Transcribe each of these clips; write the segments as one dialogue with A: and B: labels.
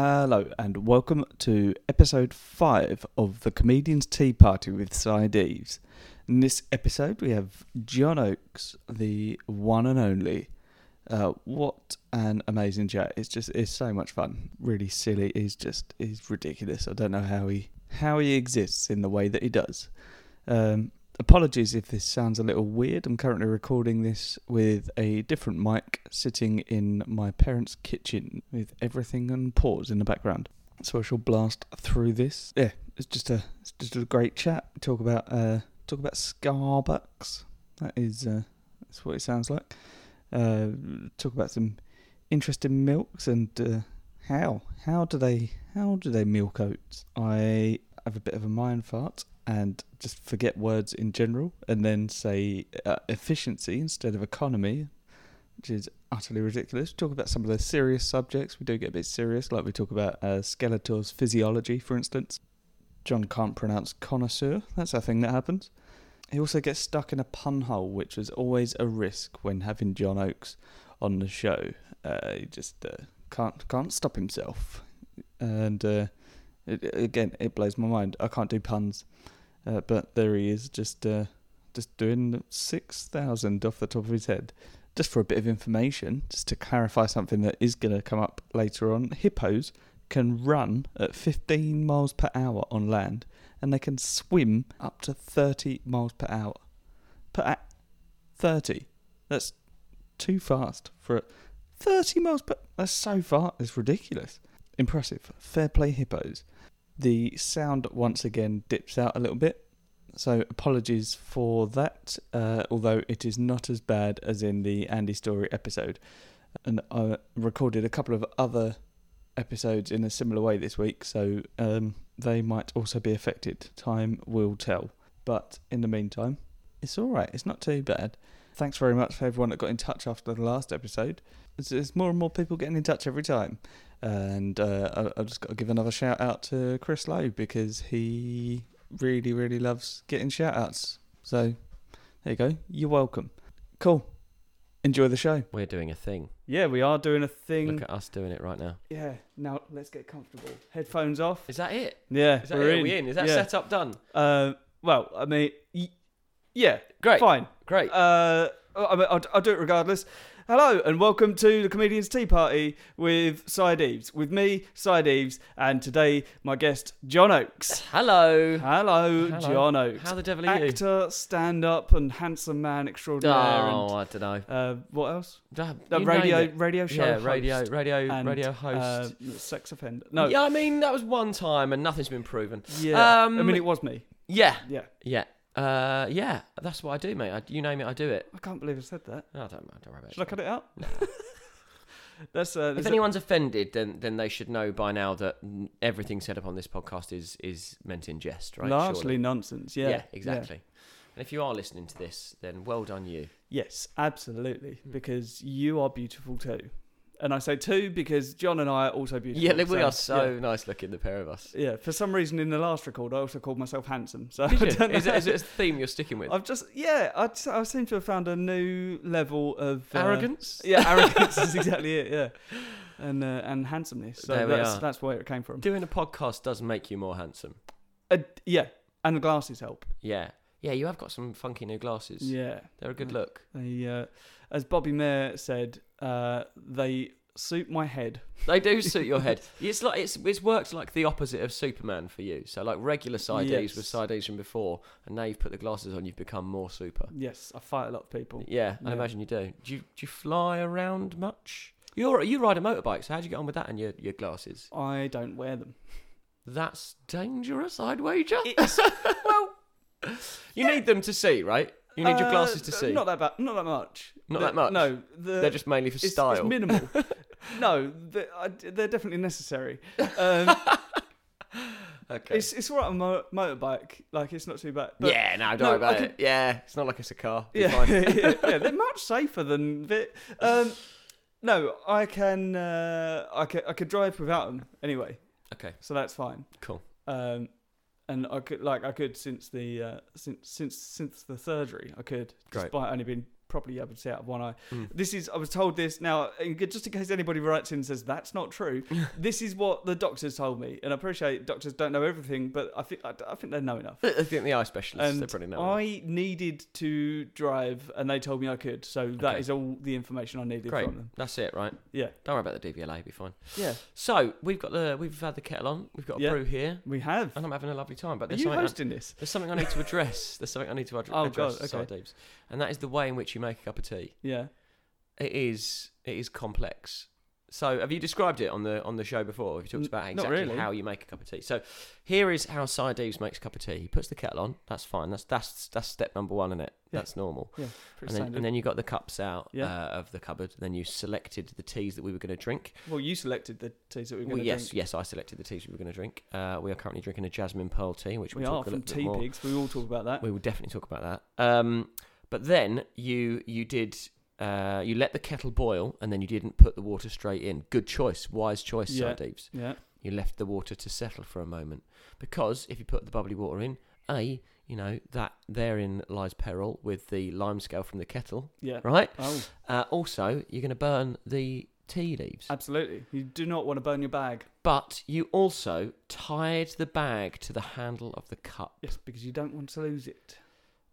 A: Hello and welcome to episode 5 of the Comedian's Tea Party with Cy Deves. In this episode we have John Oakes, the one and only. Uh, what an amazing chat. It's just it's so much fun. Really silly. He's just he's ridiculous. I don't know how he how he exists in the way that he does. Um, apologies if this sounds a little weird. I'm currently recording this with a different mic sitting in my parents' kitchen with everything on pause in the background. So I shall blast through this. Yeah, it's just a it's just a great chat. Talk about uh talk about Starbucks. That is uh that's what it sounds like. Uh talk about some interesting milks and uh, how how do they how do they milk oats? I have a bit of a mind fart and just forget words in general and then say uh, efficiency instead of economy, which is utterly ridiculous. Talk about some of the serious subjects. We do get a bit serious, like we talk about uh, Skeletor's physiology, for instance. John can't pronounce connoisseur. That's a thing that happens. He also gets stuck in a pun hole, which was always a risk when having John Oakes on the show. Uh, he just uh, can't can't stop himself, and uh, it, again, it blows my mind. I can't do puns. Uh, but there he is, just uh, just doing six thousand off the top of his head, just for a bit of information, just to clarify something that is going to come up later on. Hippos can run at fifteen miles per hour on land, and they can swim up to thirty miles per hour. Per a- thirty, that's too fast for a- thirty miles per. That's so far. It's ridiculous. Impressive. Fair play, hippos the sound once again dips out a little bit. So apologies for that, uh, although it is not as bad as in the Andy Story episode. And I recorded a couple of other episodes in a similar way this week, so um, they might also be affected. Time will tell. But in the meantime, it's all right. It's not too bad. Thanks very much for everyone that got in touch after the last episode. There's- There's more and more people getting in touch every time. And uh, I, I've just got to give another shout out to Chris Lowe because he really, really loves getting shout outs. So there you go. You're welcome. Cool. Enjoy the show.
B: We're doing a thing.
A: Yeah, we are doing a thing.
B: Look at us doing it right now.
A: Yeah, now let's get comfortable. Headphones off.
B: Is that it?
A: Yeah,
B: Is that
A: we're
B: it? Are we in? Is that
A: yeah.
B: setup done?
A: Uh, well, I mean, y- yeah,
B: Great.
A: fine.
B: Great.
A: Uh, I mean, I'll, I'll do it regardless. Hello and welcome to the Comedians Tea Party with Side Eves, with me, Side Eves, and today my guest, John Oakes.
B: Hello.
A: Hello,
B: Hello.
A: John Oakes.
B: How the devil are you?
A: Actor, stand up, and handsome man
B: Oh,
A: extraordinaire.
B: I don't know.
A: And, uh, what else?
B: You
A: Uh,
B: name
A: radio,
B: it.
A: radio show.
B: yeah,
A: host
B: radio, radio,
A: and,
B: radio host.
A: uh, sex offender. No.
B: Yeah, I mean that was one time and nothing's been proven.
A: Yeah. I
B: Um,
A: mean, it was me.
B: Yeah.
A: Yeah.
B: Yeah. Uh, yeah. That's what I do, mate. I, you name it, I do it.
A: I can't believe I said that.
B: No, I don't. I don't worry about
A: Should I
B: it.
A: cut it out? That's uh,
B: If
A: there's a-
B: anyone's offended, then then they should know by now that mm, everything said upon this podcast is is meant in jest, right?
A: largely
B: Surely.
A: nonsense. Yeah,
B: Yeah, exactly. And if you are listening to this, then well done you.
A: Yes, absolutely.
B: Hmm.
A: Because you are beautiful too, and I say too because John and I are also beautiful.
B: Yeah, we are
A: yeah.
B: so nice looking, the pair of us.
A: Yeah. for some reason in the last record, I also called myself handsome. So I
B: Did you?
A: don't
B: Is,
A: know.
B: it, is it a theme you're sticking with?
A: I've just yeah, I, just- I seem to have found a new level of uh,
B: Arrogance?
A: Yeah, arrogance is exactly it. Yeah, and uh, and handsomeness. So
B: There we
A: that's
B: are.
A: that's where it came from.
B: Doing a podcast does make you more handsome.
A: Uh, yeah, and the glasses help.
B: Yeah. Yeah, you have got some funky new glasses.
A: Yeah,
B: They're a good look.
A: They, uh, as Bobby Mayer said, uh, they suit my head.
B: They do suit your head. It's like it's it's worked like the opposite of Superman for you. So like regular side Ds with
A: Yes.
B: side Ds from before, and now you've put the glasses on, you've become more super.
A: Yes, I fight a lot of people.
B: Yeah, I
A: Yeah.
B: imagine you do. Um, Do you, do you fly around much? You're you ride a motorbike, so how do you get on with that and your, your glasses?
A: I don't wear them.
B: That's dangerous, I'd wager.
A: It's, well,
B: You need them to see, right? You need your
A: uh,
B: glasses to see.
A: Not that bad. Not that much.
B: Not
A: The-
B: that much?
A: No, the,
B: They're just mainly for
A: it's,
B: style.
A: It's minimal. no, the, I, they're definitely necessary. Um,
B: okay.
A: it's it's all right on a mo- motorbike. Like it's not too bad. But
B: yeah, no, don't
A: no,
B: worry about
A: I
B: it. Yeah, it's not like it's a car. You're
A: yeah,
B: fine.
A: yeah, yeah, they're much safer than vi- um, no, I can, uh, I can, I could drive without them anyway,
B: Okay,
A: so that's fine.
B: cool.
A: Um, and I could, like, I could since the uh, since since since the surgery, I could just
B: Great.
A: by only being probably able to see out of one eye.
B: Mm.
A: This is, I was told this now, in- just in case anybody writes in and says that's not true, this is what the doctors told me. And I appreciate doctors don't know everything, but I think, I, I think they know enough.
B: I think the eye specialists,
A: And
B: they probably know.
A: I needed to drive and they told me I could. So that
B: Okay.
A: is all the information I needed
B: Great.
A: from them.
B: That's it, right?
A: Yeah.
B: Don't worry about the DVLA, be fine.
A: Yeah.
B: So we've got the we've had the kettle on, we've got a
A: Yeah.
B: brew here,
A: We have.
B: and I'm having a lovely time. But
A: Are
B: there's
A: you
B: something, I,
A: hosting this?
B: there's something I need to address. There's something I need to addre-
A: Oh,
B: address,
A: God,
B: Sorry, Debs. and that is the way in which you make a cup of tea.
A: Yeah.
B: It is it is complex. So have you described it on the on the show before? Have you
A: N-
B: talked about
A: not
B: exactly
A: really.
B: how you make a cup of tea? So here is how Si Deves makes a cup of tea. He puts the kettle on. That's fine. That's that's that's step number one in it.
A: Yeah.
B: That's normal.
A: Pretty
B: And then,
A: standard.
B: and then you got the cups out
A: Yeah.
B: uh, of the cupboard. Then you selected the teas that we were going to drink.
A: well, you selected the teas that we were going
B: Well,
A: to
B: yes,
A: drink.
B: yes, I selected the teas we were going to drink. Uh, we are currently drinking a jasmine pearl tea, which
A: we
B: we'll
A: are
B: talk a
A: from
B: little bit
A: Tea
B: more.
A: Pigs. We all talk about that.
B: We will definitely talk about that. Um, but then you you did uh, you let the kettle boil, and then you didn't put the water straight in. Good choice, wise choice,
A: Yeah.
B: Sir Deeps.
A: yeah.
B: You left the water to settle for a moment because if you put the bubbly water in, a you know that therein lies peril with the lime scale from the kettle,
A: Yeah.
B: right?
A: Oh,
B: Uh, also, you're going to burn the tea leaves.
A: absolutely. You do not want to burn your bag.
B: But you also tied the bag to the handle of the cup.
A: Yes, because you don't want to lose it.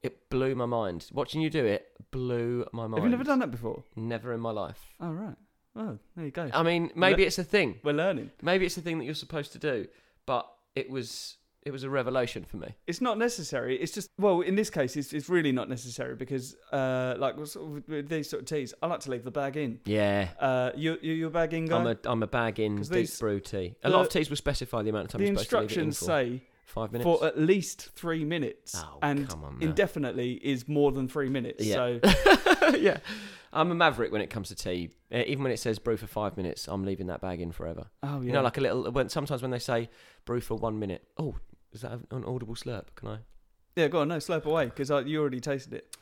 B: It blew my mind. Watching you do it blew my mind.
A: Have you never done that before?
B: Never in my life.
A: Oh, right. Oh, there you go.
B: I mean, maybe it's a thing.
A: We're learning.
B: Maybe it's a thing that you're supposed to do. But it was it was a revelation for me.
A: It's not necessary. It's just, well, in this case, it's, it's really not necessary because, uh, like, with sort of- with these sort of teas, I like to leave the bag in.
B: Yeah.
A: Uh, you, you, your bag in, guy?
B: I'm a I'm a bag in
A: 'Cause
B: deep
A: these-
B: brew tea. A
A: the-
B: lot of teas will specify the amount of time
A: the
B: you're supposed to leave it in
A: instructions
B: for.
A: say
B: Five minutes.
A: for at least three minutes.
B: oh,
A: and
B: come on now.
A: indefinitely is more than three minutes.
B: Yeah.
A: So
B: yeah. I'm a maverick when it comes to tea. Uh, even when it says brew for five minutes, I'm leaving that bag in forever.
A: oh yeah,
B: You know, like a little. When sometimes when they say brew for one minute, oh, is that an audible slurp? Can I?
A: yeah. Go on, no, slurp away because you already tasted it.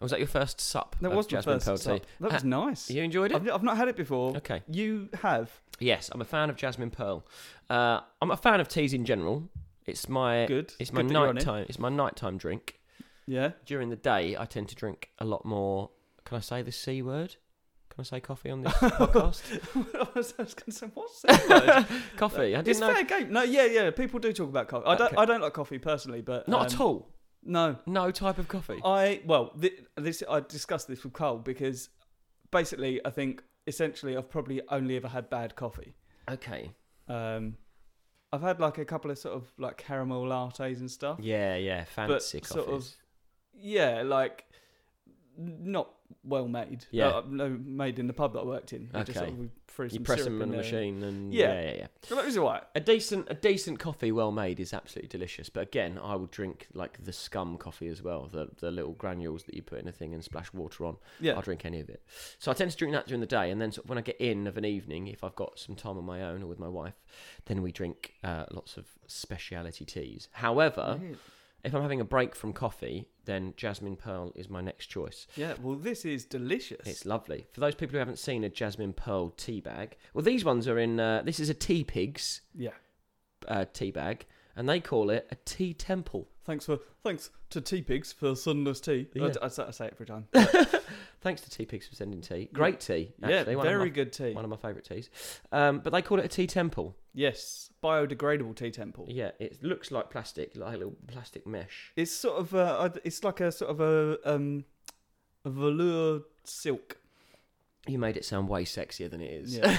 B: Was that your first sup?
A: That
B: of
A: was my
B: jasmine
A: first.
B: pearl
A: slurp.
B: tea?
A: That was nice.
B: You enjoyed it?
A: I've, I've not had it before.
B: Okay.
A: You have
B: Yes, I'm a fan of jasmine pearl. Uh, I'm a fan of teas in general. It's my
A: good.
B: it's my
A: Good that you're on it.
B: nighttime. It's my nighttime drink.
A: Yeah.
B: During the day, I tend to drink a lot more. Can I say the c word? Can I say coffee on this podcast?
A: I was going to say what's that?
B: coffee. I didn't
A: it's
B: know.
A: fair game. No, yeah, yeah. People do talk about coffee. I don't.
B: Okay.
A: I don't like coffee personally, but
B: Not
A: um, Oh.
B: at all.
A: No,
B: No type of coffee.
A: I well, th- this I discussed this with Cole because basically, I think essentially, I've probably only ever had bad coffee.
B: okay.
A: Um, I've had like a couple of sort of like caramel lattes and stuff.
B: Yeah, yeah. Fancy
A: sort of-
B: coffees.
A: Yeah, like not well made.
B: Yeah.
A: Uh, no, made in the pub that I worked in. We Just sort
B: Okay.
A: of, we threw
B: you
A: some
B: press
A: syrup
B: them in the
A: there.
B: machine and
A: Yeah.
B: yeah. yeah, yeah,
A: So that was all right.
B: A decent, a decent coffee, well made, is absolutely delicious. But again, I would drink like the scum coffee as well, the the little granules that you put in a thing and splash water on.
A: Yeah.
B: I'll drink any of it. So I tend to drink that during the day, and then sort of when I get in of an evening, if I've got some time on my own or with my wife, then we drink uh, lots of speciality teas. However,
A: Mm-hmm.
B: if I'm having a break from coffee, then jasmine pearl is my next choice.
A: yeah. Well, this is delicious.
B: It's lovely. For those people who haven't seen a jasmine pearl tea bag, well, these ones are in. Uh, this is a tea pigs
A: yeah.
B: uh, tea bag, and they call it a tea temple.
A: Thanks for thanks to Tea Pigs for sunless tea. I-
B: Yeah.
A: I, say- I say it every time.
B: Thanks to Tea Pigs for sending tea. Great tea.
A: yeah.
B: Actually, one of
A: Very
B: my-
A: good tea.
B: One of my favourite teas. Um, but they call it a tea temple.
A: Yes. Biodegradable tea temple.
B: Yeah, it looks like plastic, like a little plastic mesh.
A: It's sort of a, it's like a sort of a um a velour silk.
B: You made it sound way sexier than it is.
A: Yeah.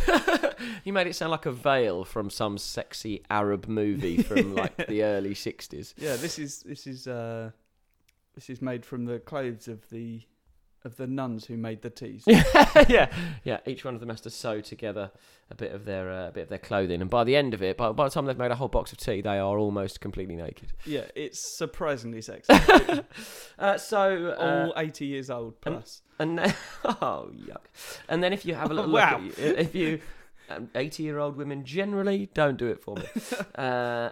B: you made it sound like a veil from some sexy Arab movie from like the early 60s.
A: Yeah, this is this is uh, this is made from the clothes of the of the nuns who made the teas.
B: yeah, yeah. Each one of them has to sew together a bit of their uh, a bit of their clothing, and by the end of it, by, by the time they've made a whole box of tea, they are almost completely naked.
A: yeah, it's surprisingly sexy.
B: Uh, so, uh,
A: All eighty years old
B: and-
A: plus.
B: and then, oh yuck! And then if you have a little
A: Wow.
B: look, at, if you um, eighty-year-old women generally don't do it for me. uh,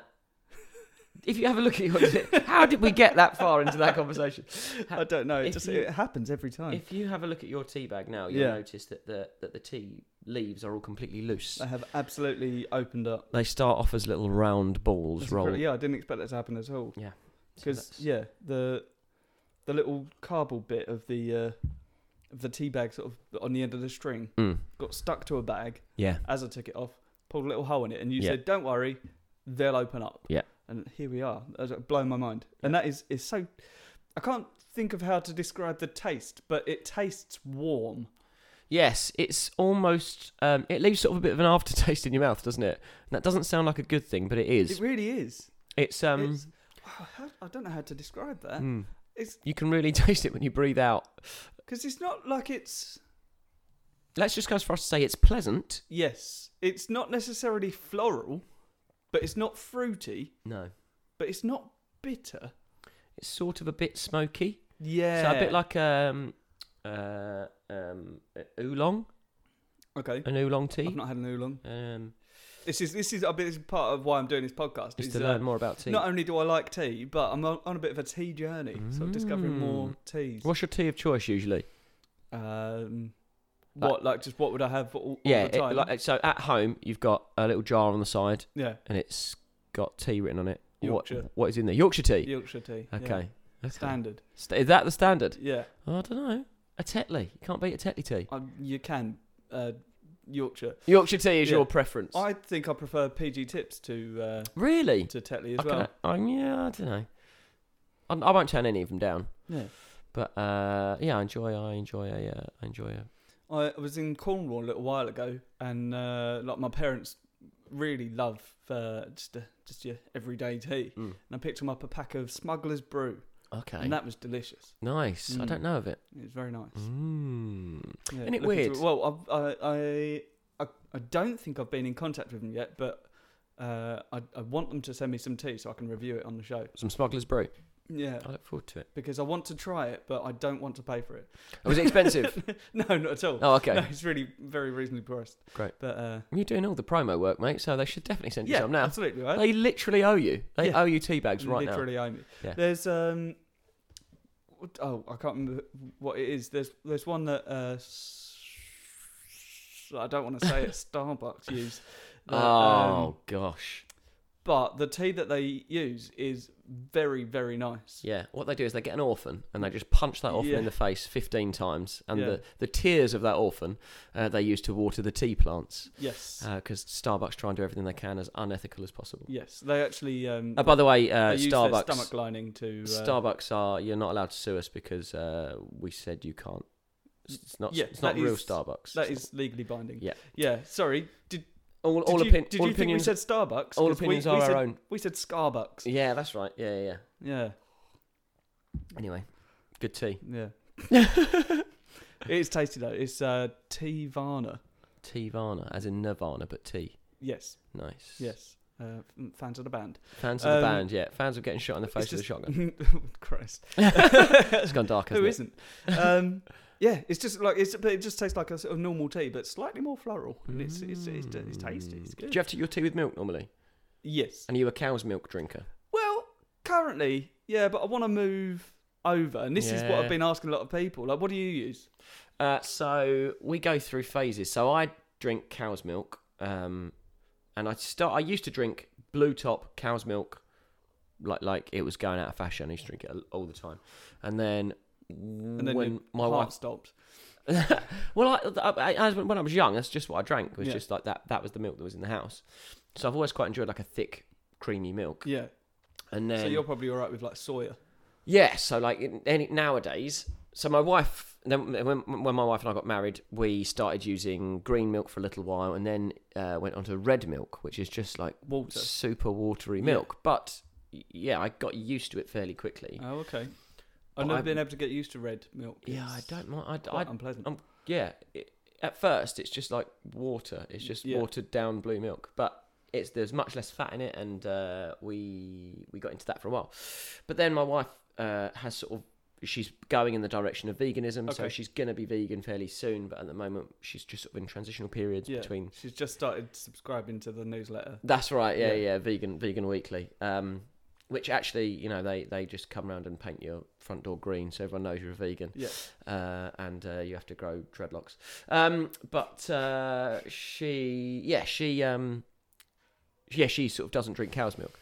B: if you have a look at your, how did we get that far into that conversation?
A: I don't know. It
B: If
A: just
B: you-
A: it happens every time.
B: If you have a look at your tea bag now, you'll
A: Yeah.
B: notice that the that the tea leaves are all completely loose.
A: I have absolutely opened up.
B: They start off as little round balls
A: That's
B: rolled.
A: incredible. yeah, I didn't expect that to happen at all.
B: So
A: Because
B: that's-
A: yeah, the the little cardboard bit of the uh, of the tea bag sort of on the end of the string
B: Mm.
A: got stuck to a bag
B: yeah,
A: as I took it off, pulled a little hole in it, and you
B: Yeah.
A: said, "Don't worry, they'll open up."
B: Yeah.
A: And here we are. That's blown my mind. And that is is so. I can't think of how to describe the taste, but it tastes warm.
B: Yes, it's almost. Um, it leaves sort of a bit of an aftertaste in your mouth, doesn't it? And that doesn't sound like a good thing, but it
A: It
B: is.
A: really is.
B: It's um.
A: it's- Wow, how, I don't know how to describe that
B: mm.
A: It's-
B: you can really taste it when you breathe out.
A: because it's not like it's
B: Let's just go as far as to say it's pleasant.
A: yes, it's not necessarily floral, but it's not fruity,
B: No,
A: but it's not bitter.
B: it's sort of a bit smoky.
A: Yeah,
B: So a bit like um, uh, um, a- oolong,
A: okay.
B: an oolong
A: I've
B: tea.
A: not had an oolong.
B: Um,
A: This is this is a bit this is part of why I'm doing this podcast.
B: just
A: is,
B: to
A: uh,
B: learn more about tea.
A: Not only do I like tea, but I'm on on a bit of a tea journey, so I'm discovering more teas.
B: Mm. What's your tea of choice usually?
A: Um, what like just what would I have all, all
B: yeah,
A: the time?
B: it, like, so at home you've got a little jar on the side,
A: yeah,
B: and it's got tea written on it. What,
A: Yorkshire.
B: what is in there? Yorkshire tea.
A: Yorkshire tea. yeah.
B: Okay. okay.
A: standard.
B: St- is that the standard?
A: Yeah,
B: I don't know. A Tetley. You can't beat a Tetley tea.
A: um, you can uh, Yorkshire.
B: Yorkshire tea is
A: Yeah.
B: your preference.
A: I think I prefer PG tips to uh,
B: really?
A: to Tetley as
B: I can-
A: well.
B: I'm, yeah, I don't know. I, I won't turn any of them down.
A: Yeah.
B: But uh, yeah, I enjoy. I enjoy a. Uh, I enjoy a.
A: I was in Cornwall a little while ago, and uh, like my parents really love uh, just uh just your everyday tea,
B: Mm.
A: and I picked them up a pack of Smuggler's Brew,
B: Okay.
A: and that was delicious.
B: nice. I
A: Mm.
B: don't know of it.
A: It was very nice.
B: Mm.
A: Yeah,
B: Isn't
A: looking
B: it
A: to-
B: weird?
A: well, I, I I I don't think I've been in contact with them yet, but uh, I I want them to send me some tea so I can review it on the show.
B: Some smugglers brew.
A: Yeah,
B: I look forward to it.
A: because I want to try it, but I don't want to pay for it.
B: Was it expensive?
A: no, not at all.
B: oh, okay.
A: No, it's really very reasonably priced.
B: Great.
A: But uh,
B: You're doing all the promo work, mate. So they should definitely send you
A: yeah,
B: some now.
A: absolutely right.
B: They literally owe you. They
A: Yeah.
B: owe you tea bags right now.
A: literally owe me.
B: Yeah.
A: There's um, what- oh, I can't remember what it is. There's there's one that uh, s- I don't want to say it. Starbucks use. that,
B: oh
A: um,
B: gosh.
A: but the tea that they use is very very nice.
B: Yeah. What they do is they get an orphan and they just punch that orphan
A: Yeah.
B: in the face 15 times, and
A: Yeah.
B: the, the tears of that orphan uh, they use to water the tea plants
A: Yes.
B: because Starbucks try and do everything they can as unethical as possible.
A: yes. They actually um.
B: Uh, by the way,
A: they
B: uh,
A: use
B: Starbucks.
A: their stomach lining to uh,
B: Starbucks are you're not allowed to sue us because uh, we said you can't. It's it's not.
A: Yeah,
B: it's not
A: that
B: real
A: is-
B: Starbucks.
A: That is legally binding.
B: Yeah.
A: Yeah. Sorry. Did,
B: all.
A: did
B: All,
A: you,
B: opin-
A: did
B: all
A: you think we
B: opinions.
A: said Starbucks?
B: all
A: 'Cause we-
B: opinions
A: we,
B: are our
A: said,
B: own.
A: We said Starbucks.
B: Yeah, that's right. Yeah, yeah. yeah.
A: Yeah.
B: Anyway, good tea.
A: Yeah. it is tasty though. It's uh, Tivana.
B: Tea Varna, as in Nirvana, but tea.
A: Yes.
B: Nice.
A: Yes. Uh, f- fans of the band.
B: Fans of the
A: Um,
B: band, yeah. Fans of getting shot in the face
A: It's
B: with a
A: just- Oh,
B: shotgun.
A: Christ.
B: It's gone dark, hasn't
A: Who
B: it?
A: isn't? Um, yeah, it's just like it's, but it just tastes like a sort of normal tea, but slightly more floral. And it's it's, it's, it's, tasty. It's
B: Mm.
A: good.
B: Do you have to your tea with milk normally?
A: yes.
B: And are you a cow's milk drinker?
A: Well, currently, yeah, but I want to move over, and this is what
B: Yeah.
A: I've been asking a lot of people. Like, what do you use?
B: Uh, so we go through phases. So I drink cow's milk, um, and I start. I used to drink blue top cow's milk, like like it was going out of fashion. I used to drink it all- all the time, and then.
A: And then
B: when
A: your
B: my
A: heart
B: wife,
A: stopped.
B: well, I, I, I, as when I was young, that's just what I drank. was
A: Yeah.
B: just like that. That was the milk that was in the house. So I've always quite enjoyed like a thick, creamy milk.
A: Yeah,
B: And then
A: so you're probably all right with like soya.
B: Yeah, so like in, any, nowadays, so my wife, then when, when my wife and I got married, we started using green milk for a little while, and then uh, went on to red milk, which is just like
A: Water.
B: super watery
A: Yeah.
B: milk. But y- yeah, I got used to it fairly quickly.
A: Oh, okay.
B: But
A: I've never
B: I've-
A: been able to get used to red milk.
B: yeah, I
A: It's
B: don't mind. I, I
A: quite unpleasant.
B: um, yeah, it, at first it's just like water. It's just
A: Yeah.
B: watered down blue milk, but it's there's much less fat in it, and uh, we we got into that for a while. But then my wife uh, has sort of she's going in the direction of veganism, so
A: Okay.
B: she's gonna be vegan fairly soon. But at the moment, she's just sort of in transitional periods
A: Yeah.
B: between.
A: She's just started subscribing to the newsletter.
B: That's right, yeah, yeah,
A: Yeah.
B: vegan, vegan weekly. Um, which actually, you know, they, they just come round and paint your front door green so everyone knows you're a vegan
A: Yeah.
B: uh, and uh, you have to grow dreadlocks. Um, but uh, she, yeah, she, um, yeah, she sort of doesn't drink cow's milk.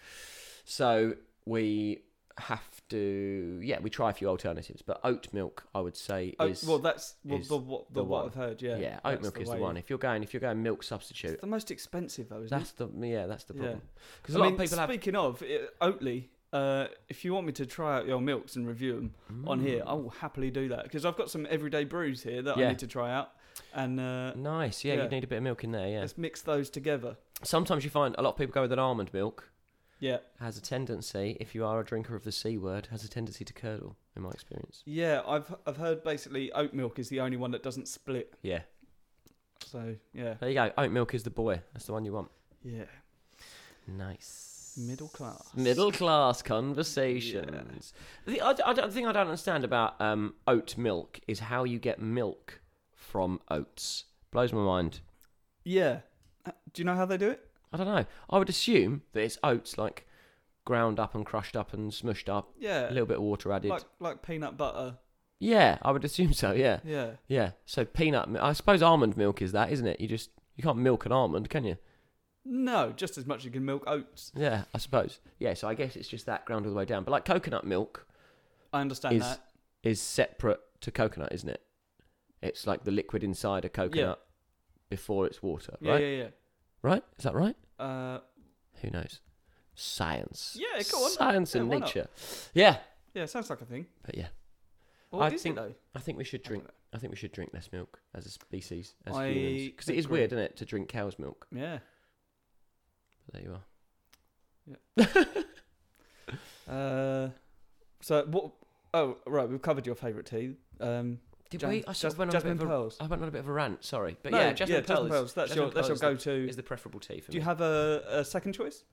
B: So we have to, yeah, we try a few alternatives. But oat milk, I would say,
A: Oh,
B: is
A: well, that's well,
B: is
A: the, what, the,
B: the
A: what
B: one.
A: I've heard.
B: yeah,
A: Yeah, that's
B: oat milk is the
A: way.
B: one. If you're going, if you're going milk
A: It's
B: substitute,
A: the most expensive though, isn't it?
B: that's the yeah, that's the
A: Yeah.
B: problem. Because
A: I
B: a lot
A: mean,
B: of people have
A: speaking of it, Oatly, uh, if you want me to try out your milks and review them on here, Oh, I will happily do that because I've got some everyday brews here that I
B: Mm. Yeah.
A: need to try out, and uh,
B: Nice, yeah,
A: Yeah.
B: you'd need a bit of milk in there. Yeah,
A: let's mix those together.
B: sometimes you find a lot of people go with an almond milk.
A: Yeah,
B: has a tendency, if you are a drinker of the C word, has a tendency to curdle, in my experience.
A: yeah. I've I've heard basically oat milk is the only one that doesn't split.
B: Yeah.
A: So yeah,
B: There you go. Oat milk is the boy. That's the one you want.
A: yeah.
B: Nice.
A: Middle class.
B: Middle class conversations. The, I, I, the thing I don't understand about um, oat milk is how you get milk from oats. Blows my mind.
A: Yeah. Uh, Do you know how they do it?
B: I don't know. I would assume that it's oats like ground up and crushed up and smushed up,
A: Yeah.
B: a little bit of water added.
A: like like peanut butter.
B: yeah, I would assume so. Yeah.
A: Yeah.
B: Yeah. So peanut. mi- I suppose almond milk is that, isn't it? You just you can't milk an almond, can you?
A: No, just as much as you can milk oats.
B: Yeah, I suppose. Yeah. So I guess it's just that ground all the way down. But like coconut milk
A: I understand
B: Is-
A: that.
B: is separate to coconut, isn't it? It's like the liquid inside a coconut before it's water,
A: Yeah,
B: right?
A: yeah,
B: Right? Is that right?
A: yeah. Uh,
B: Who knows? Science.
A: Yeah, go on.
B: Science
A: Yeah,
B: and
A: why not?
B: nature. Yeah.
A: yeah, sounds like a thing.
B: But yeah,
A: Or
B: I
A: is it
B: think-
A: though?
B: I think we should
A: I
B: drink.
A: dunno.
B: I think we should drink less milk as a species, as
A: I
B: humans, because it is
A: agree.
B: weird, isn't it, to drink cow's milk?
A: Yeah.
B: But there you are.
A: Uh, so what? Oh, right. We've covered your favourite tea. Um,
B: Did
A: Jas-
B: we? I sort
A: Jas-
B: of went on a bit
A: jasmine
B: of a
A: pearls.
B: I went on a bit of a rant, sorry, but
A: No,
B: yeah, jasmine
A: yeah,
B: pearl
A: jasmine
B: is,
A: pearls. That's
B: jasmine
A: your that's
B: pearl
A: your
B: is
A: go-to.
B: is the preferable tea for
A: Do you
B: me.
A: have a, a second choice?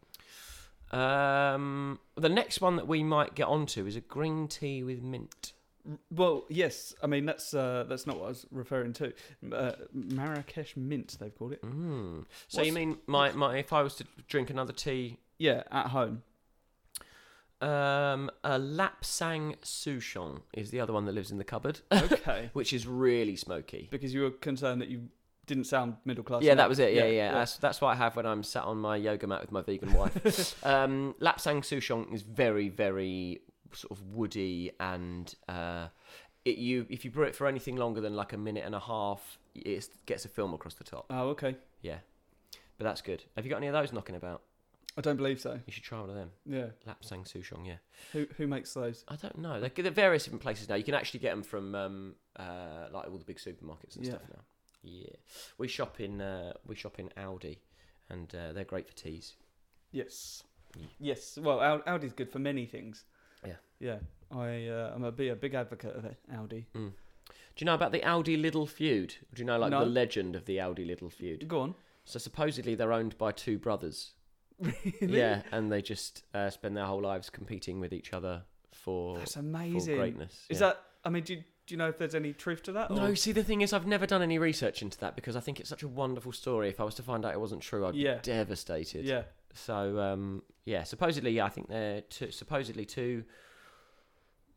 B: um, the next one that we might get onto is a green tea with mint.
A: R- Well, yes. I mean, that's uh, that's not what I was referring to. Uh, Marrakesh mint, they've called it.
B: Mm. So
A: What's-
B: you mean my, my if I was to drink another tea,
A: Yeah, at home.
B: um, a lapsang souchong is the other one that lives in the cupboard,
A: Okay.
B: which is really smoky.
A: because you were concerned that you didn't sound middle class.
B: Yeah,
A: enough.
B: that was it. Yeah, yeah. That's, that's what I have when I'm sat on my yoga mat with my vegan wife. um, Lapsang Souchong is very, very sort of woody, and uh, it, you if you brew it for anything longer than like a minute and a half, it gets a film across the top.
A: Oh, okay.
B: Yeah, but that's good. Have you got any of those knocking about?
A: I don't believe so.
B: You should try one of them.
A: Yeah.
B: Lapsang Souchong. Yeah,
A: Who who makes those?
B: I don't know. They're, they're various different places now. You can actually get them from um, uh, like all the big supermarkets and
A: Yeah.
B: stuff now. Yeah, we shop in uh, we shop in Aldi, and uh, they're great for teas.
A: Yes.
B: Yeah.
A: Yes. Well, Al- Audi's good for many things.
B: Yeah.
A: Yeah. I uh, I'm a be a big advocate of it, Audi.
B: Do you know about the Audi Lidl feud? Do you know like
A: No.
B: the legend of the Audi Lidl feud?
A: Go on.
B: So supposedly they're owned by two brothers.
A: Really?
B: Yeah, and they just uh, spend their whole lives competing with each other for,
A: That's
B: for
A: amazing.
B: greatness.
A: Is
B: yeah.
A: that? I mean, do you, do you know if there's any truth to that?
B: No,
A: or-
B: see the thing is I've never done any research into that because I think it's such a wonderful story. If I was to find out it wasn't true, I'd
A: Yeah.
B: be devastated.
A: Yeah.
B: So um, yeah, supposedly yeah, I think they're two, supposedly two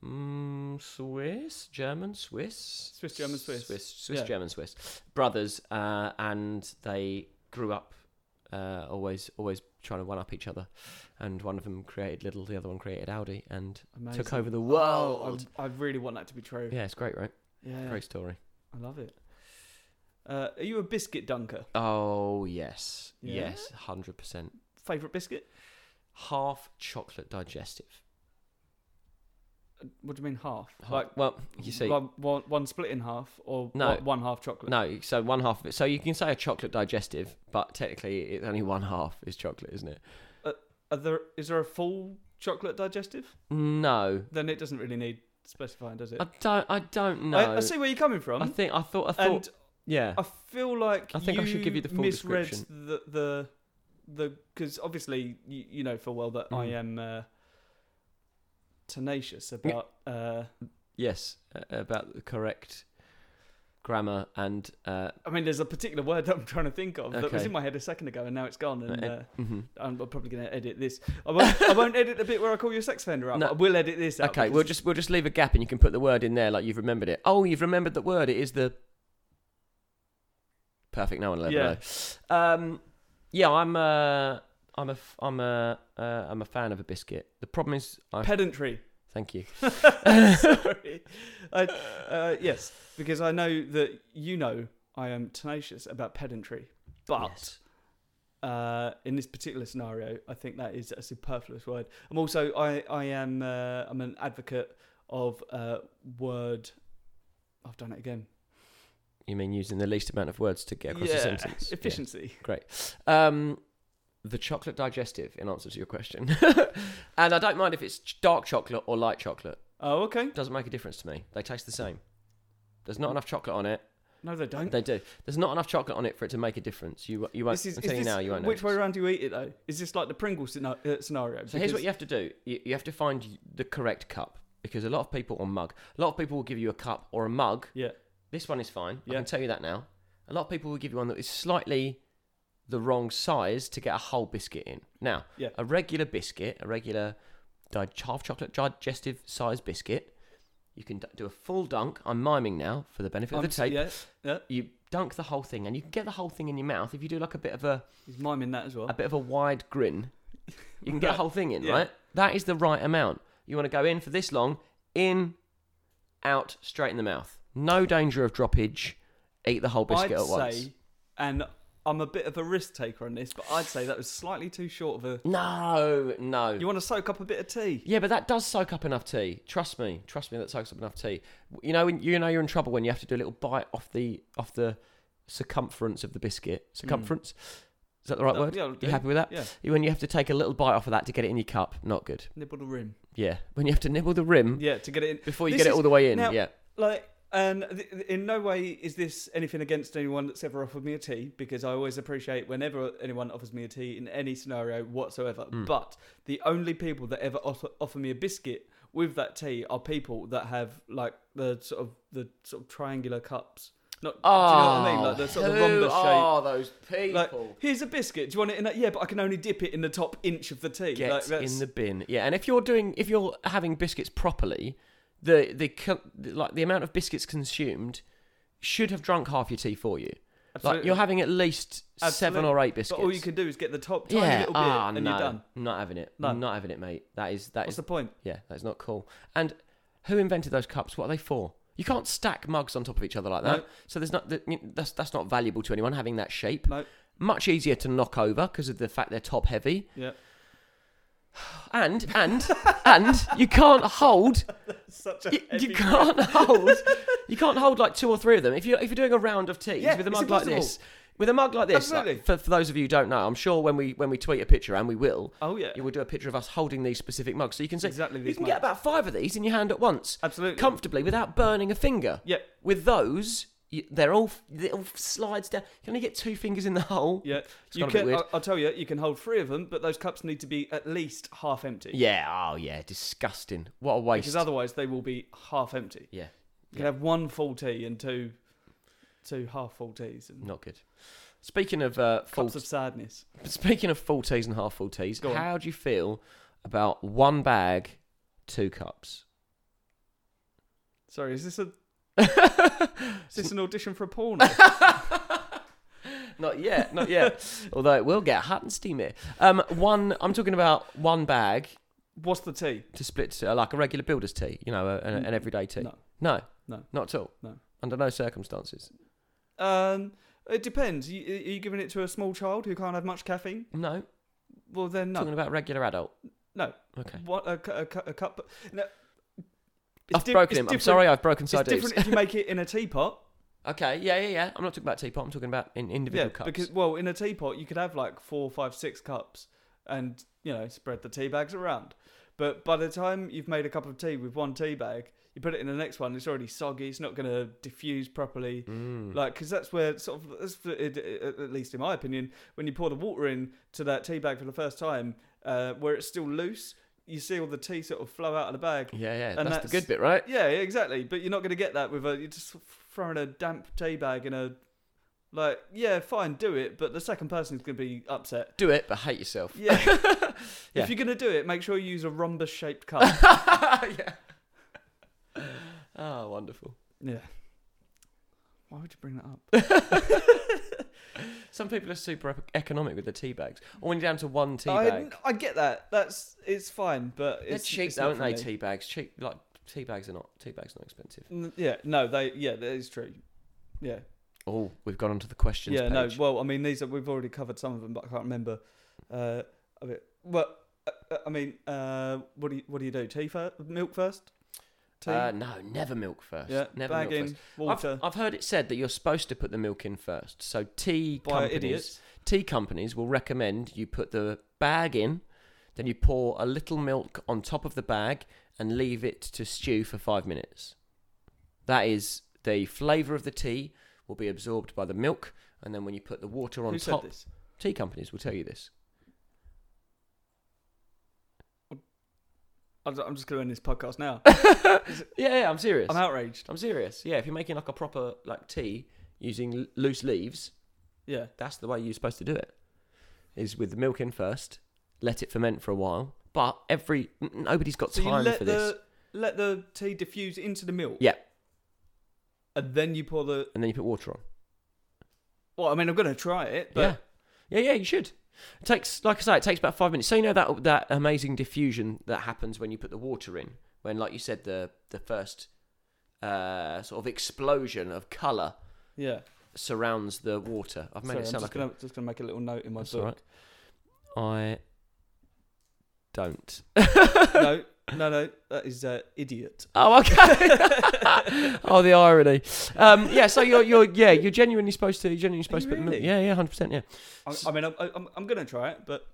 B: mm, Swiss, German, Swiss,
A: Swiss, German, Swiss.
B: Swiss, Swiss,
A: Yeah.
B: German, Swiss brothers, uh, and they grew up uh, always always trying to one up each other, and one of them created Little, the other one created Audi, and
A: Amazing.
B: took over the
A: Oh,
B: world.
A: I, I really want that to be true.
B: yeah, it's great, right?
A: Yeah.
B: Great story.
A: I love it. Uh, are you a biscuit dunker?
B: Oh yes,
A: Yeah?
B: yes, hundred percent.
A: Favorite biscuit?
B: Half chocolate digestive.
A: Uh, What do you mean half?
B: Half- well, you see,
A: one, one, one split in half or
B: No.
A: one, one half chocolate.
B: No, so one half of it. So you can say a chocolate digestive, but technically it's only one half is chocolate, isn't it?
A: Are there, is there a full chocolate digestive?
B: No,
A: Then it doesn't really need specifying, does it?
B: I don't. I don't know.
A: I, I see where you're coming from,
B: I think I thought. I thought.
A: and
B: yeah.
A: I feel like
B: I think I should give you the full
A: misread
B: description.
A: the the the because obviously you, you know full well that I
B: Mm.
A: am uh, tenacious about uh,
B: yes, uh, about the correct grammar, and uh,
A: I mean, there's a particular word that I'm trying to think of that was
B: Okay.
A: in my head a second ago, and now it's gone. And uh,
B: mhm.
A: I'm I'm probably going to edit this. I won't, I won't edit the bit where I call you a sex offender up.
B: No.
A: I will edit this. Out
B: okay,
A: because
B: we'll just we'll just leave a gap, and you can put the word in there like you've remembered it. Oh, you've remembered the word. It is the perfect. No one will ever
A: Yeah.
B: know. Um, yeah, I'm uh, I'm a f- I'm a uh, I'm a fan of a biscuit. The problem is, I
A: pedantry.
B: thank you.
A: Sorry. I, uh, yes, because I know that you know I am tenacious about pedantry, but.
B: Yes.
A: Uh, in this particular scenario, I think that is a superfluous word. I'm also I I am uh, I'm an advocate of uh, word. I've done it again.
B: You mean using the least amount of words to get across a
A: Yeah,
B: sentence? Yeah.
A: Efficiency.
B: Um, the chocolate digestive, in answer to your question. and I don't mind if it's ch- dark chocolate or light chocolate.
A: Oh, okay.
B: doesn't make a difference to me. They taste the same. There's not enough chocolate on it.
A: No, they don't.
B: They do. There's not enough chocolate on it for it to make a difference. You you won't.
A: This is-
B: I'm
A: is
B: telling
A: this-
B: you now, you won't.
A: Which way
B: notice.
A: around do you eat it though? Is this like the Pringles scena- uh, scenario?
B: So here's what
A: Because-
B: you have to do. You, you have to find the correct cup because a lot of people or mug. A lot of people will give you a cup or a mug.
A: Yeah.
B: This one is fine. I
A: Yeah.
B: can tell you that now. A lot of people will give you one that is slightly the wrong size to get a whole biscuit in. Now,
A: Yeah.
B: a regular biscuit, a regular di- half chocolate digestive size biscuit, you can d- do a full dunk. I'm miming now for the benefit
A: I'm
B: of the
A: s-
B: tape.
A: Yeah,
B: You dunk the whole thing, and you can get the whole thing in your mouth if you do like a bit of a
A: he's miming that as well.
B: a bit of a wide grin. You can get the
A: Right.
B: whole thing in,
A: Yeah.
B: right? That is the right amount. You want to go in for this long, in, out, straight in the mouth. No danger of droppage. Eat the whole biscuit
A: I'd
B: at once.
A: say, and I'm a bit of a risk taker on this, but I'd say that was slightly too short of a.
B: No, no.
A: You want to soak up a bit of tea?
B: yeah, but that does soak up enough tea. Trust me. Trust me, that soaks up enough tea. You know, when, you know you're in trouble when you have to do a little bite off the off the circumference of the biscuit. Circumference. Is that the right
A: Mm. That-
B: word?
A: yeah,
B: you happy with that?
A: Yeah,
B: When you have to take a little bite off of that to get it in your cup, not good.
A: nibble the rim.
B: Yeah. When you have to nibble the rim
A: Yeah, to get it in.
B: before you
A: This
B: get it
A: is-
B: all the way in.
A: now-
B: yeah.
A: Like, and th- th- in no way is this anything against anyone that's ever offered me a tea, because I always appreciate whenever anyone offers me a tea in any scenario whatsoever.
B: Hmm.
A: But the only people that ever offer, offer me a biscuit with that tea are people that have like the sort of the sort of triangular cups. Not, do you know what I mean? Like the sort of rhombus shape.
B: Oh, those people?
A: Like, here's a biscuit. Do you want it in that? Yeah, but I can only dip it in the top inch of the tea.
B: Get
A: like, that's-
B: in the bin. Yeah, and if you're doing, if you're having biscuits properly, the the co- like the amount of biscuits consumed should have drunk half your tea for you. Like
A: Absolutely.
B: you're having at least seven
A: Absolutely.
B: or eight biscuits.
A: But all you can do is get the top tiny
B: yeah.
A: little bit,
B: Ah,
A: and
B: no.
A: you're done.
B: Not having it.
A: No.
B: Not having it, mate. That is that is
A: What's the point?
B: yeah. That's not cool. And who invented those cups? What are they for? You can't stack mugs on top of each other like that.
A: No.
B: So there's not that's that's not valuable to anyone having that shape.
A: No.
B: much easier to knock over because of the fact they're top heavy
A: Yeah.
B: and and and you can't hold
A: Such a
B: you, you
A: heavy-
B: can't hold you can't hold like two or three of them if you if you're doing a round of teas
A: Yeah,
B: with a
A: it's
B: mug like
A: impossible.
B: this with a mug like this like,
A: Absolutely.
B: for, for those of you who don't know i'm sure when we when we tweet a picture and we will
A: Oh yeah.
B: you will do a picture of us holding these specific mugs so you can see
A: Exactly
B: you
A: these
B: can get
A: mugs.
B: about five of these in your hand at once
A: Absolutely.
B: comfortably without burning a finger
A: Yeah.
B: with those you, they're all it all slides down you can only get two fingers in the hole
A: Yeah.
B: It's
A: You
B: gotta be
A: can,
B: weird.
A: I'll, I'll tell you, you can hold three of them, but those cups need to be at least half empty.
B: Yeah. Oh, yeah. Disgusting. What a waste.
A: Because otherwise, they will be half empty.
B: yeah.
A: You can have one full tea and two, two half full teas and
B: Not good. Speaking of uh, full,
A: cups of sadness.
B: speaking of full teas and half full teas,
A: Go on.
B: how do you feel about one bag, two cups?
A: Sorry, is this a is this an audition for a porno?
B: Not yet. Not yet. Although it will get hot and steamy. Um, one. I'm talking about one bag
A: What's the tea?
B: to split to, like a regular builder's tea. You know, a, an, an everyday tea.
A: Mm. No.
B: No.
A: No.
B: Not at all.
A: No.
B: Under no circumstances.
A: Um, it depends. You, are you giving it to a small child who can't have much caffeine?
B: No.
A: Well, then no.
B: Talking about regular adult.
A: No.
B: Okay.
A: What a, cu- a, cu- a cup? No. It's
B: I've
A: di-
B: broken
A: it's
B: him. I'm
A: different-
B: sorry. I've broken
A: It's
B: Sardis.
A: different if you make it in a teapot.
B: Okay, yeah, yeah, yeah. I'm not talking about teapot. I'm talking about in individual cups.
A: because well, in a teapot you could have like four, five, six cups, and you know spread the tea bags around. But by the time you've made a cup of tea with one tea bag, you put it in the next one. It's already soggy. It's not going to diffuse properly.
B: Mm.
A: Like, because that's where sort of, that's the- it- it- at least in my opinion, when you pour the water in to that tea bag for the first time, uh, where it's still loose, you see all the tea sort of flow out of the bag.
B: yeah, yeah.
A: and
B: That's, the
A: that's-
B: good bit, right?
A: Yeah, exactly. But you're not going to get that with a you just throwing a damp tea bag in a. Like, yeah, fine, do it, but the second person's going to be upset.
B: Do it, but hate yourself.
A: Yeah.
B: Yeah.
A: If you're going to do it, make sure you use a rhombus shaped cup.
B: yeah. Oh, wonderful.
A: yeah. Why would you bring that up?
B: Some people are super ep- economic with the tea bags. Or when you're down to one tea
A: I,
B: bag.
A: I get that. That's it's fine, but
B: They're
A: it's
B: cheap,
A: it's not
B: don't
A: for
B: they?
A: me.
B: Tea bags. Cheap, like tea bags are not. Tea bags are not expensive.
A: N- Yeah, no, they. Yeah, that is true. Yeah,
B: Oh, we've gone on to the questions.
A: yeah, no.
B: page.
A: Well, I mean, these are we've already covered some of them, but I can't remember. Uh, a bit. Well, uh, uh, I mean, uh, what do you what do you do? Tea first, milk first. Tea.
B: Uh, no, never milk first.
A: yeah,
B: never
A: bag
B: milk
A: in
B: first.
A: water.
B: I've, I've heard it said that you're supposed to put the milk in first. So tea
A: by
B: companies,
A: idiots.
B: tea companies will recommend you put the bag in, then you pour a little milk on top of the bag and leave it to stew for five minutes. That is the flavour of the tea will be absorbed by the milk, and then when you put the water on
A: Who
B: top,
A: said this?
B: tea companies will tell you this.
A: I'm ju- I'm just going to end this podcast now.
B: Yeah, yeah, I'm serious.
A: I'm outraged.
B: I'm serious. Yeah, if you're making like a proper like tea using l- loose leaves,
A: Yeah,
B: that's the way you're supposed to do it is with the milk in first let it ferment for a while but every n- nobody's got
A: so you
B: time
A: let
B: for
A: the
B: this
A: let the tea diffuse into the milk.
B: Yeah.
A: and then you pour the.
B: and then you put water on
A: Well, I mean, I'm going to try it, but
B: yeah yeah yeah you should it takes like i say it takes about five minutes so you know that that amazing diffusion that happens when you put the water in when like you said the the first uh sort of explosion of color
A: yeah. sounds
B: surrounds the water i've made
A: Sorry,
B: it
A: I'm just
B: sound like a-
A: gonna, just gonna make a little note in my
B: That's all
A: book.
B: i don't
A: no, no, no. That is uh, idiot.
B: Oh, okay. oh, the irony. Um, yeah, so you're you're yeah you're genuinely supposed to you're genuinely supposed to put milk.
A: really?
B: Yeah, yeah, hundred percent. Yeah,
A: I, I mean, I'm, I'm, I'm gonna try it, but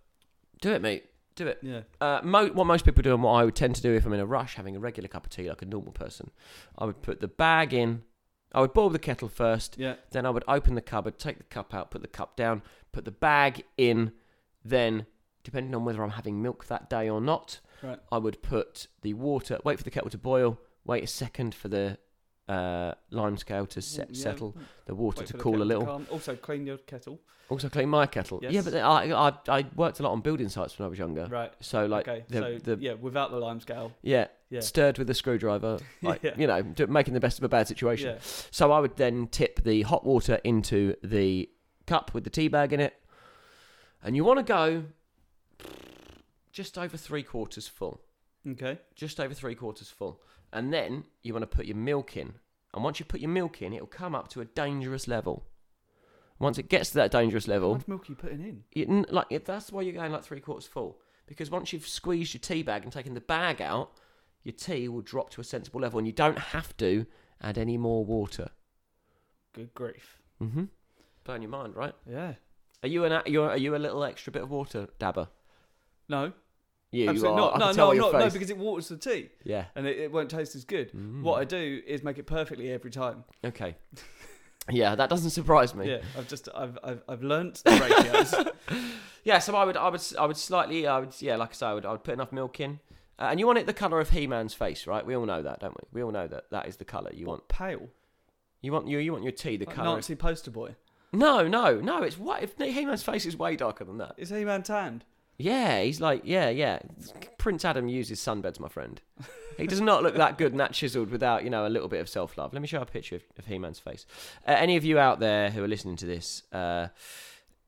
B: do it, mate. Do it.
A: yeah,
B: Uh, mo- what most people do, and what I would tend to do if I'm in a rush, having a regular cup of tea like a normal person, I would put the bag in. I would boil the kettle first.
A: yeah.
B: Then I would open the cupboard, take the cup out, put the cup down, put the bag in. Then, depending on whether I'm having milk that day or not,
A: Right.
B: I would put the water, wait for the kettle to boil, wait a second for the uh, lime scale to set,
A: Yeah,
B: settle,
A: wait
B: the water
A: for
B: to
A: the
B: cool
A: kettle
B: a
A: to
B: little.
A: calm. Also, clean your kettle.
B: Also, clean my kettle. Yeah,
A: Yes.
B: but I, I I worked a lot on building sites when I was younger.
A: Right.
B: So like
A: okay.
B: the,
A: so
B: the
A: yeah, without the lime scale.
B: yeah,
A: Yeah.
B: stirred with a screwdriver, like
A: Yeah.
B: you know, do, making the best of a bad situation.
A: Yeah.
B: So I would then tip the hot water into the cup with the tea bag in it. And you want to go just over three quarters full.
A: Okay.
B: Just over three quarters full. And then you want to put your milk in. And once you put your milk in, it'll come up to a dangerous level. Once it gets to that dangerous
A: How
B: level,
A: much milk are you putting in?
B: you, n- like if that's why you're going like three quarters full because once you've squeezed your tea bag and taken the bag out your tea will drop to a sensible level and you don't have to add any more water
A: Good grief.
B: mm-hmm blowing your mind right
A: Yeah.
B: are you an a- you're, are you a little extra bit of water dabber
A: No.
B: yeah you
A: absolutely
B: are
A: not.
B: I
A: No,
B: can tell
A: no,
B: by
A: I'm
B: your
A: not. No,
B: face.
A: because it waters the tea
B: yeah
A: and it, it won't taste as good.
B: Mm.
A: What I do is make it perfectly every time.
B: okay yeah that doesn't surprise me
A: Yeah. I've just I've I've, I've learnt the ratios.
B: Yeah, so I would, I would, I would slightly, I would, yeah, like I say, I would, I would put enough milk in, uh, and you want it the color of He-Man's face, right? We all know that, don't we? We all know that that is the color you want.
A: Pale.
B: You want you, you want your tea the
A: Like
B: color.
A: Nazi poster boy.
B: No, no, no. It's what if He-Man's face is way darker than that.
A: Is he man tanned?
B: Yeah, he's like, yeah, yeah. Prince Adam uses sunbeds, my friend. He does not look that good and that chiseled without, you know, a little bit of self love. Let me show you a picture of, of He-Man's face. Uh, any of you out there who are listening to this, uh,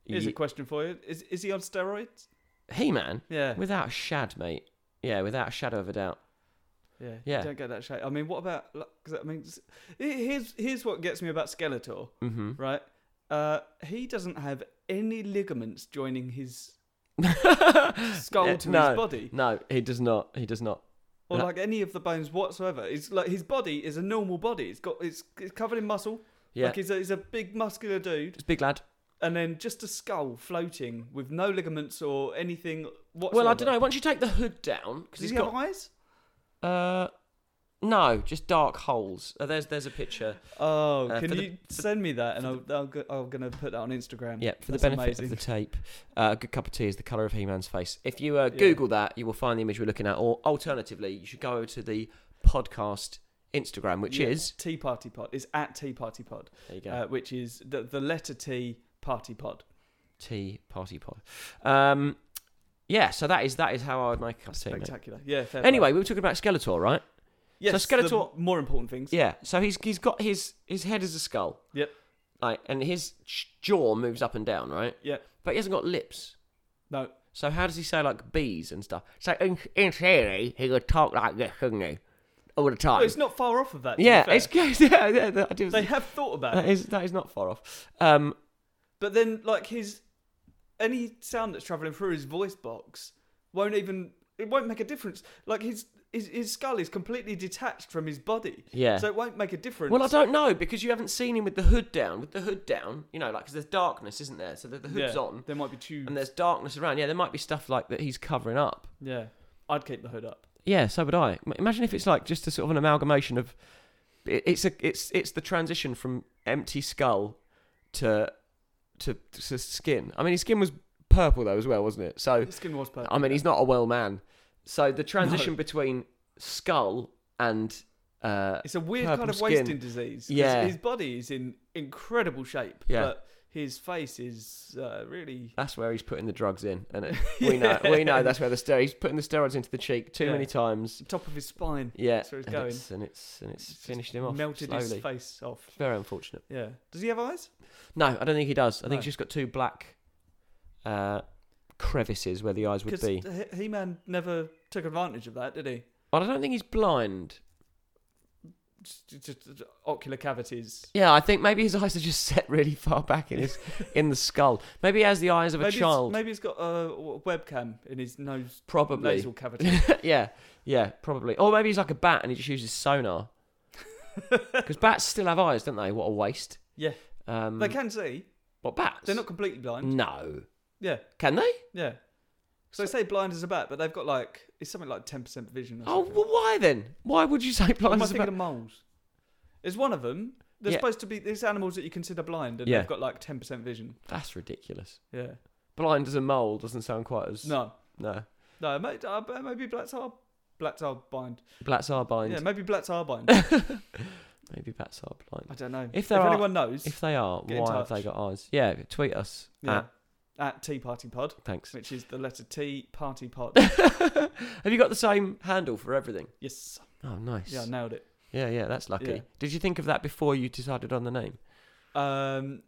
A: Here's
B: ye-
A: a question for you. Is is he on steroids?
B: He-Man
A: Yeah.
B: without a shad, mate. Yeah, without a shadow of a doubt.
A: Yeah, you
B: Yeah.
A: don't get that shape. I mean, what about? like, 'cause I mean, s- he- here's here's what gets me about Skeletor,
B: Mm-hmm.
A: right? Uh, he doesn't have any ligaments joining his skull
B: Yeah,
A: to
B: no.
A: his body,
B: No, he does not. He does not.
A: or
B: No.
A: like any of the bones whatsoever. It's like his body is a normal body. It's got it's, it's covered in muscle.
B: Yeah,
A: Like he's a, he's a big muscular dude,
B: it's big lad.
A: and then just a skull floating with no ligaments or anything whatsoever.
B: Well, I don't know. Once you take the hood down, because
A: Does he
B: he's
A: have
B: got
A: eyes?
B: uh, no, just dark holes. Uh, there's there's a picture.
A: Oh,
B: Uh,
A: can
B: for the-
A: you send me that? And I'll, I'll go, I'm gonna put that on Instagram.
B: Yeah, for the
A: That's
B: benefit
A: amazing.
B: of the tape, uh, a good cup of tea is the color of He-Man's face. If you uh,
A: Yeah.
B: Google that, you will find the image we're looking at. Or alternatively, you should go over to the podcast Instagram, which
A: Yeah,
B: is
A: Tea Party Pod. It's at Tea Party Pod,
B: there you go,
A: uh, which is the, the letter T Party Pod.
B: Tea Party Pod. Um, yeah, so that is that is how I would make a cup of tea. mate.
A: Spectacular. Yeah. Fair play.
B: Anyway, we were talking about Skeletor, right?
A: yes,
B: so Skeletor-
A: the more important things.
B: Yeah. So he's he's got his his head is a skull.
A: Yep.
B: Like, and his ch- jaw moves up and down, right?
A: Yep.
B: But he hasn't got lips.
A: No.
B: So how does he say like bees and stuff? So in, in theory, he could talk like this, couldn't he? All the time.
A: Well, it's not far off of that. to be
B: yeah,
A: fair.
B: it's good. Yeah, yeah, that, I do-
A: they have thought about
B: that
A: it.
B: is that is not far off. Um,
A: But then, like his any sound that's traveling through his voice box won't even it won't make a difference. Like his his, his skull is completely detached from his body,
B: yeah.
A: so it won't make a difference.
B: well, I don't know because you haven't seen him with the hood down. With the hood down, you know, like because there's darkness, isn't there? So the, the hood's
A: yeah,
B: on,
A: There might be two.
B: and there's darkness around. Yeah, there might be stuff like that he's covering up.
A: Yeah, I'd keep the hood up.
B: Yeah, so would I. M- Imagine if it's like just a sort of an amalgamation of it- it's a it's it's the transition from empty skull to to, to skin. I mean, his skin was purple though as well, wasn't it? So
A: His skin was purple.
B: Oh. I mean, he's not a well man. So the transition between skull and uh,
A: It's a weird
B: purple
A: kind of
B: skin.
A: wasting disease. 'cause
B: Yeah.
A: his body is in incredible shape.
B: Yeah.
A: but his face is uh, really.
B: that's where he's putting the drugs in, and it, we know we know that's where the steroids. He's putting the steroids into the cheek too
A: Yeah.
B: many times.
A: top of his spine.
B: Yeah,
A: That's where he's
B: and
A: going.
B: it's and it's and it's
A: It's just
B: finished him off
A: melted
B: slowly.
A: his face off.
B: Very unfortunate.
A: Yeah. Does he have eyes?
B: No, I don't think he does. I think
A: No.
B: he's just got two black uh, crevices where the eyes would be.
A: Because He Man never took advantage of that, did he?
B: But I don't think he's blind.
A: Just, just- just ocular cavities.
B: Yeah, I think maybe his eyes are just set really far back in his in the skull. Maybe he has the eyes of a
A: maybe,
B: child.
A: It's, maybe he's got a w- webcam in his nose
B: Probably.
A: nasal cavity.
B: yeah, yeah, probably. Or maybe he's like a bat and he just uses sonar. Because bats still have eyes, don't they? What a waste.
A: Yeah.
B: Um,
A: they can see.
B: What bats?
A: They're not completely
B: Mm.
A: blind.
B: No.
A: Yeah,
B: Can they?
A: yeah. So they say blind as a bat, but they've got like it's something like ten percent vision. Or
B: Oh,
A: something.
B: well, why then? Why would you say
A: am
B: blind?
A: I
B: is a
A: thinking
B: bat?
A: of moles? Is one of them? They're
B: Yeah.
A: supposed to be. There's animals that you consider blind, and
B: Yeah.
A: they've got like ten percent vision.
B: That's ridiculous.
A: Yeah.
B: Blind as a mole doesn't sound quite as
A: No,
B: no.
A: no. may- uh, Maybe blacks are blacks are blind.
B: Blats are blind.
A: Yeah, maybe blacks are blind.
B: Maybe bats are blind.
A: I don't know.
B: If there are-
A: anyone knows,
B: If they are,
A: Get in
B: why have
A: touch.
B: they got eyes? Yeah, tweet us.
A: yeah,
B: at-
A: at Tea Party Pod,
B: thanks.
A: which is the letter T Party Pod.
B: have you got the same handle for everything?
A: yes,
B: Oh, nice.
A: yeah, I nailed it.
B: yeah, yeah, that's lucky.
A: Yeah.
B: Did you think of that before you decided on the name?
A: Um,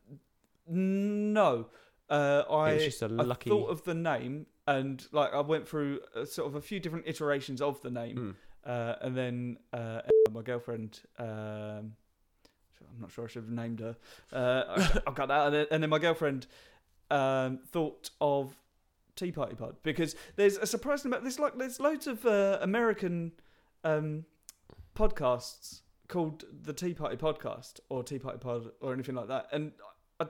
A: no, uh, I
B: it was just a
A: I
B: lucky.
A: thought of the name and like I went through uh, sort of a few different iterations of the name,
B: Mm.
A: uh, and then uh, my girlfriend. Um, I'm not sure I should have named her. Uh, I, I got that, and then, and then my girlfriend um, thought of Tea Party Pod because there's a surprising amount. There's like there's loads of uh, American um, podcasts called the Tea Party Podcast or Tea Party Pod or anything like that, and I,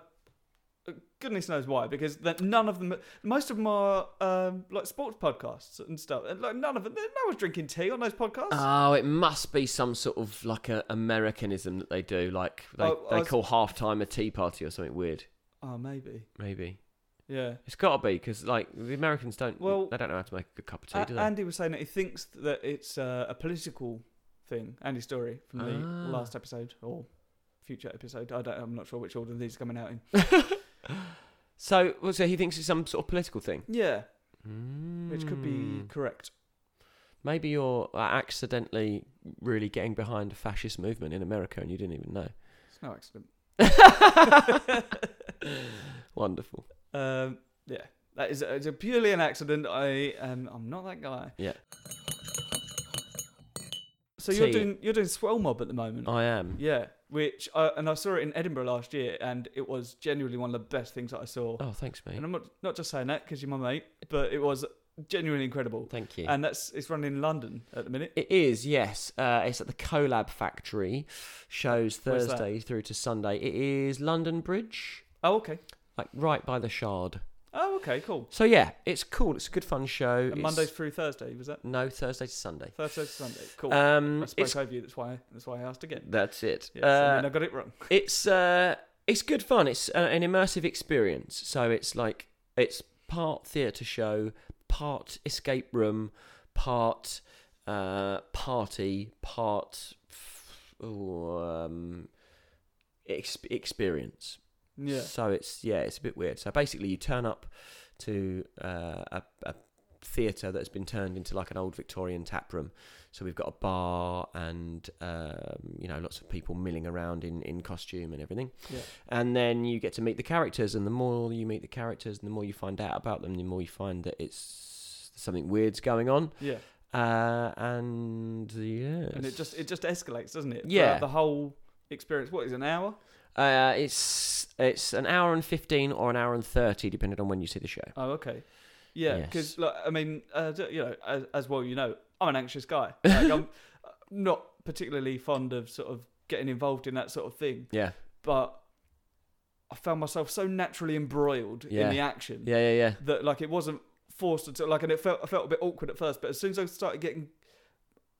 A: I- goodness knows why because that none of them, most of them are um, like sports podcasts and stuff, and like none of them, no one's drinking tea on those podcasts.
B: Oh, it must be some sort of like a Americanism that they do. Like they,
A: Oh, I
B: they
A: was-
B: call half time a tea party or something weird.
A: oh, maybe,
B: Maybe
A: yeah.
B: it's got to be because like the Americans don't.
A: Well,
B: they don't know how to make a cup of tea,
A: A-
B: do they?
A: Andy was saying that he thinks that it's uh, a political thing. Andy Story from the
B: Ah.
A: last episode or future episode. I don't. I'm not sure which order these are coming out in.
B: so, well, so he thinks it's some sort of political thing,
A: Yeah, which could be
B: Mm.
A: correct.
B: Maybe you're uh, accidentally really getting behind a fascist movement in America and you didn't even know.
A: It's no accident.
B: Wonderful.
A: Um, yeah, that is it's a purely an accident. I um, I'm not that guy.
B: Yeah.
A: So you're
B: Tea.
A: doing you're doing Swell Mob at the moment.
B: I am.
A: Yeah, which I, and I saw it in Edinburgh last year, and it was genuinely one of the best things that I saw.
B: Oh, thanks, mate.
A: And I'm not not just saying that because you're my mate, but it was genuinely incredible.
B: Thank you.
A: And that's it's running in London at the minute.
B: it is, yes. Uh, it's at the Colab Factory. Shows
A: Where's that?
B: Thursday through to Sunday. It is London Bridge,
A: Oh, okay.
B: like right by the Shard.
A: Oh, okay. Cool.
B: So yeah, it's cool. It's a good fun show.
A: And
B: It's-
A: Monday through Thursday was that?
B: No, Thursday to Sunday.
A: Thursday to Sunday. Cool.
B: Um,
A: I
B: it's
A: spoke over you. That's why. That's why I asked again.
B: that's it.
A: Yes,
B: Uh,
A: and then I got it wrong.
B: it's uh it's good fun it's uh, an immersive experience so it's like it's part theatre show part escape room part uh party part f- ooh, um, ex- experience.
A: Yeah.
B: So it's yeah, it's a bit weird. So basically, you turn up to uh, a, a theatre that's been turned into like an old Victorian tap room. So we've got a bar and um, you know lots of people milling around in in costume and everything.
A: Yeah.
B: And then you get to meet the characters, and the more you meet the characters, and the more you find out about them, the more you find that it's something weird's going on.
A: Yeah.
B: Uh, and yeah,
A: And it just it just escalates, doesn't it?
B: Yeah.
A: Throughout the whole experience. What is it, an hour?
B: Uh, it's it's an hour and fifteen or an hour and thirty, depending on when you see the show.
A: Oh, okay. Yeah,
B: Yes.
A: because like, I mean, uh, d- you know, as, as well, you know, I'm an anxious guy. Like, I'm uh, not particularly fond of sort of getting involved in that sort of thing,
B: Yeah,
A: but I found myself so naturally embroiled
B: Yeah.
A: in the action
B: yeah, yeah, yeah.
A: that like it wasn't forced at all. Like, and it felt I felt a bit awkward at first, but as soon as I started getting,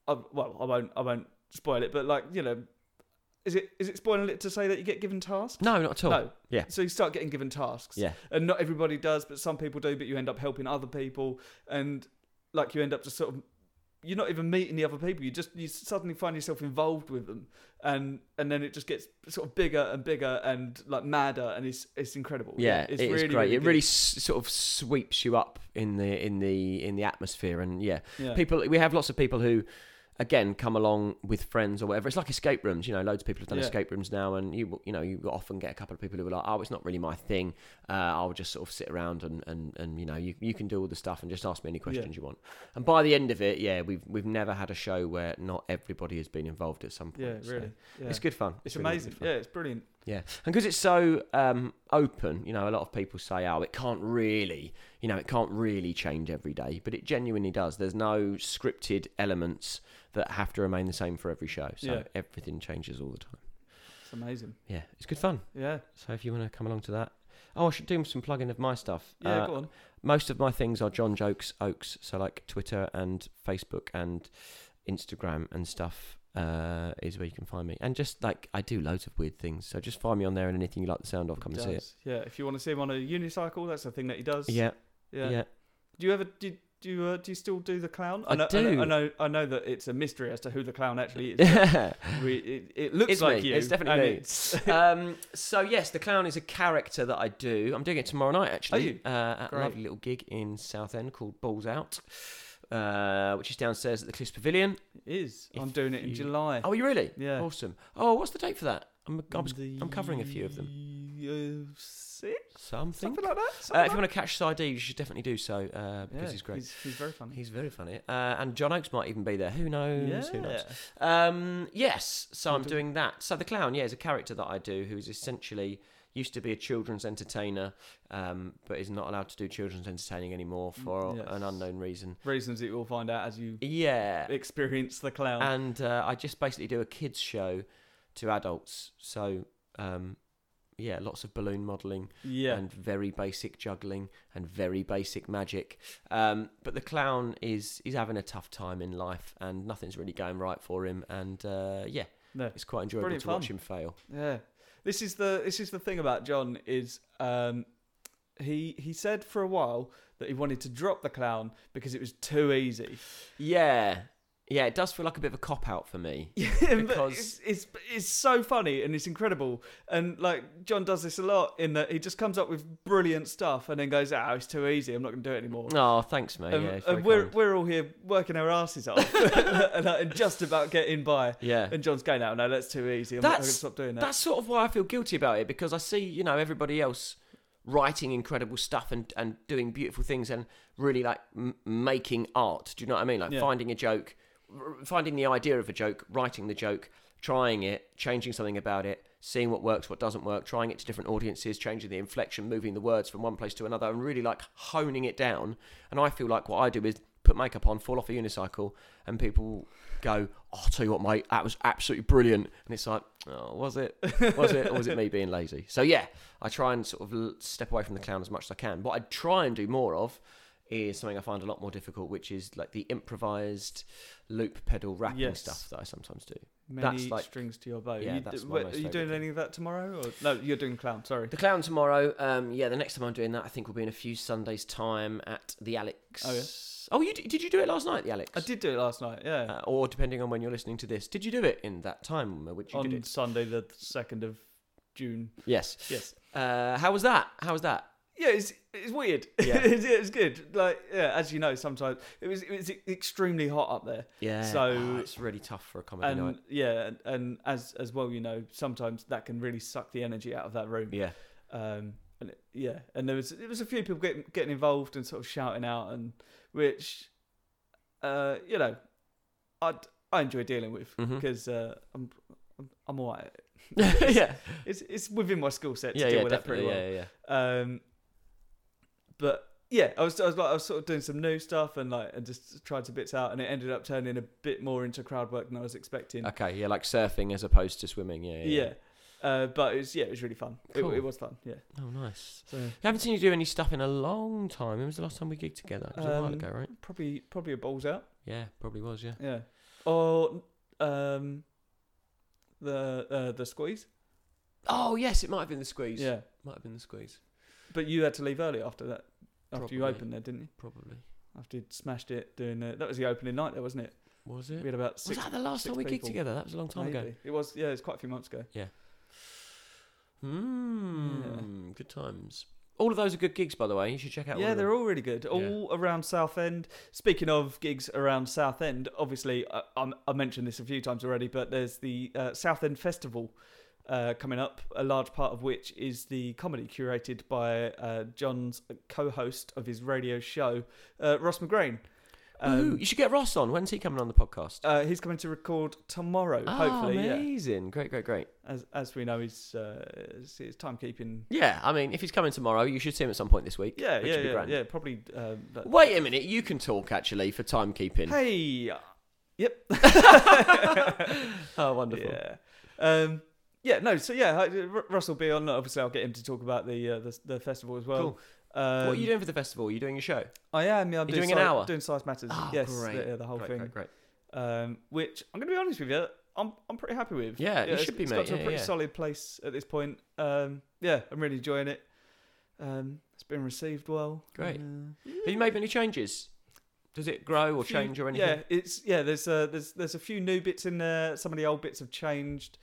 A: I, well, I won't I won't spoil it, but like you know, is it is it spoiling it to say that you get given tasks?
B: No, not at all.
A: No.
B: Yeah.
A: So you start getting given tasks
B: Yeah,
A: and not everybody does, but some people do. But you end up helping other people, and like you end up just sort of you're not even meeting the other people. You just you suddenly find yourself involved with them, and and then it just gets sort of bigger and bigger and like madder, and it's it's incredible.
B: yeah, it's great. it
A: good.
B: really s- sort of sweeps you up in the in the in the atmosphere, and yeah,
A: yeah.
B: people. We have lots of people who. Again, come along with friends or whatever. It's like escape rooms. You know, loads of people have done
A: Yeah.
B: escape rooms now, and you you know you often get a couple of people who are like, "Oh, it's not really my thing. Uh, I'll just sort of sit around and and, and you know you, you can do all the stuff and just ask me any questions you want." And by the end of it, yeah, we've we've never had a show where not everybody has been involved at some
A: yeah,
B: point. so
A: really, yeah.
B: It's good fun.
A: It's
B: really, really
A: amazing.
B: fun.
A: yeah, it's brilliant.
B: Yeah, and because it's so um, open, you know, a lot of people say, "Oh, it can't really, you know, it can't really change every day," but it genuinely does. There's no scripted elements that have to remain the same for every show, so
A: Yeah.
B: everything changes all the time.
A: It's amazing.
B: Yeah, it's good fun.
A: Yeah,
B: So if you want to come along to that, oh, I should do some plugging of my stuff.
A: yeah.
B: Uh,
A: go on.
B: most of my things are John Jokes Oaks, so like Twitter and Facebook and Instagram and stuff uh, is where you can find me. And just like I do loads of weird things, so just find me on there and anything you like the sound of, come and see it.
A: Does. Yeah, if you want to see him on a unicycle, that's the thing that he does.
B: Yeah, yeah, yeah.
A: Do you ever do? you- Do you, uh, do you still do the clown?
B: I
A: know,
B: do.
A: know, I know. I know that it's a mystery as to who the clown actually is.
B: yeah.
A: We, it, it looks
B: It's
A: like
B: me.
A: you.
B: It's definitely
A: and
B: me.
A: it's-
B: um, so yes, the clown is a character that I do. I'm doing it tomorrow night actually.
A: Are you?
B: Uh, at a
A: Great.
B: lovely little gig in Southend called Balls Out, uh, which is downstairs at the Cliffs Pavilion.
A: It is. I'm
B: If
A: doing it in
B: you-
A: July.
B: Oh, you really?
A: Yeah.
B: Awesome. Oh, what's the date for that? I'm, I was
A: The-
B: I'm covering a few of
A: Uh, six,
B: something.
A: something like that.
B: Uh,
A: something
B: if you
A: like
B: want to catch Saeed, you should definitely do so uh,
A: that.
B: because
A: Yeah,
B: he's great.
A: He's, he's very funny.
B: He's very funny. Uh, and John Oakes might even be there. Who knows? Who knows?
A: Yeah.
B: Um, yes, so I'm
A: Who do-
B: doing that. So the clown, yeah, is a character that I do who is essentially used to be a children's entertainer, um, but is not allowed to do children's entertaining anymore for
A: Mm, yes.
B: an unknown reason.
A: Reasons that you will find out as you
B: Yeah,
A: experience the clown.
B: and uh, I just basically do a kids show to adults. So um, yeah, lots of balloon modelling
A: yeah.
B: and very basic juggling and very basic magic. Um, but the clown is is having a tough time in life, and nothing's really going right for him. And uh, yeah,
A: No.
B: it's quite enjoyable
A: Brilliant
B: to
A: fun.
B: watch him fail.
A: Yeah. This is the this is the thing about John is um he he said for a while that he wanted to drop the clown because it was too easy.
B: Yeah, yeah, it does feel like a bit of a cop out for me.
A: Yeah, but
B: Because-
A: it's, it's it's so funny and it's incredible. And like John does this a lot in that he just comes up with brilliant stuff and then goes, "Oh, it's too easy. I'm not going to do it anymore."
B: Oh, thanks, mate.
A: and
B: yeah, it's
A: and
B: very
A: we're
B: kind.
A: we're all here working our asses off and, like, and just about getting by.
B: yeah.
A: And John's going, "No, no, that's too easy. I'm not going to
B: That's-
A: stop doing that."
B: That's sort of why I feel guilty about it because I see, you know, everybody else writing incredible stuff and, and doing beautiful things and really like m- making art. Do you know what I mean? Like
A: Yeah.
B: finding a joke, r- finding the idea of a joke, writing the joke, trying it, changing something about it, seeing what works, what doesn't work, trying it to different audiences, changing the inflection, moving the words from one place to another, and really like honing it down. And I feel like what I do is put makeup on, fall off a unicycle, and people go, oh, I'll tell you what, mate, that was absolutely brilliant. And it's like, oh, was it? Was it? Or was it me being lazy? So, yeah, I try and sort of l- step away from the clown as much as I can. What I try and do more of is something I find a lot more difficult, which is like the improvised loop pedal rapping
A: Yes.
B: stuff that I sometimes do.
A: many
B: That's like-
A: strings to your bow.
B: Yeah,
A: you,
B: that's
A: d-
B: my
A: wait,
B: most
A: are you
B: favourite
A: doing
B: thing.
A: any of that tomorrow? Or no, you're doing clown. Sorry.
B: The clown tomorrow. Um, yeah, the next time I'm doing that, I think will be in a few Sundays' time at the Alex.
A: Oh, yeah.
B: Oh, you d- did you do it last night, the Alex?
A: I did do it last night. Yeah,
B: Uh, or depending on when you're listening to this, did you do it in that time at which you did
A: on
B: it?
A: Sunday the second of June.
B: Yes.
A: Yes.
B: Uh, how was that? How was that?
A: Yeah, it's it's weird.
B: Yeah.
A: it's, it's good. Like yeah, as you know, sometimes it was it was extremely hot up there.
B: Yeah.
A: So-
B: Ah, it's really tough for a comedy
A: and
B: night.
A: yeah, and, and as as well, you know, sometimes that can really suck the energy out of that room.
B: Yeah.
A: Um, and it- yeah, and there was there was a few people getting getting involved and sort of shouting out, and which, uh, you know, I I enjoy dealing with
B: Mhm.
A: because uh, I'm I'm, I'm alright.
B: yeah.
A: It's it's within my skill set to
B: Yeah.
A: deal
B: Yeah.
A: with that pretty
B: Definitely.
A: well.
B: Yeah. Yeah.
A: Um, but yeah, I was, I was like, I was sort of doing some new stuff and like, and just tried some bits out, and it ended up turning a bit more into crowd work than I was expecting.
B: yeah. Okay. Yeah. Like surfing as opposed to swimming. Yeah. Yeah.
A: yeah. Uh, but it was yeah, it was really fun. It-
B: Cool.
A: It, was fun. Yeah.
B: Oh, nice.
A: So
B: I haven't seen you do any stuff in a long time. When was the last time we gigged together? It was a while
A: Um,
B: ago, right?
A: probably probably a balls out.
B: Yeah. Probably was. Yeah.
A: Yeah. Or um, the uh, the squeeze.
B: Oh yes, it might have been the squeeze.
A: Yeah.
B: Might have been the squeeze.
A: But you had to leave early after that. After you
B: Probably.
A: opened there, didn't you?
B: Probably.
A: After you would smashed it, doing the, that was the opening night there, wasn't it?
B: Was it?
A: We had about six.
B: was that the last
A: six
B: time we gigged
A: people.
B: together? That was a long time ago.
A: maybe. It was yeah, it's quite a few months ago.
B: Hmm. Good times. All of those are good gigs, by the way. You should check out.
A: Yeah,
B: all of
A: they're
B: them.
A: all really good. All around Southend. Speaking of gigs around Southend, obviously I, I'm, I mentioned this a few times already, but there's the uh, Southend Festival uh, coming up. A large part of which is the comedy curated by uh, John's co-host of his radio show, uh, Ross McGrain. um,
B: Ooh, you should get Ross on. When's he coming on the podcast?
A: uh, he's coming to record tomorrow.
B: Ah,
A: Oh, hopefully, yeah.
B: amazing! Great, great, great.
A: As as we know, he's uh, his his timekeeping.
B: Yeah, I mean, if he's coming tomorrow, you should see him at some point this week.
A: Yeah,
B: which
A: yeah,
B: would be
A: yeah,
B: grand.
A: yeah. Probably. Um, but-
B: Wait a minute, you can talk actually for timekeeping.
A: Hey,
B: Oh, wonderful!
A: Yeah. Um, yeah, no, so yeah, I- Ru- Russell will be on. Obviously, I'll get him to talk about the uh, the, the festival as well.
B: Cool.
A: Um,
B: what are you doing for the festival? Are you doing a show?
A: I am, yeah, I'm doing,
B: You're doing an
A: si-
B: hour?
A: Doing Size Matters.
B: Oh,
A: yes,
B: great.
A: The, the whole
B: great,
A: thing.
B: great, great.
A: Um, which I'm going to be honest with you, I'm, I'm pretty happy with.
B: Yeah, you
A: it's-
B: should be,
A: it's
B: mate.
A: got to
B: Yeah,
A: a pretty
B: yeah.
A: solid place at this point. Um, yeah, I'm really enjoying it. Um, it's been received well.
B: Great.
A: And, uh,
B: Have you made many changes? Does it grow or
A: few-
B: change or anything?
A: Yeah, it's yeah. There's uh, there's there's a few new bits in there. Some of the old bits have changed.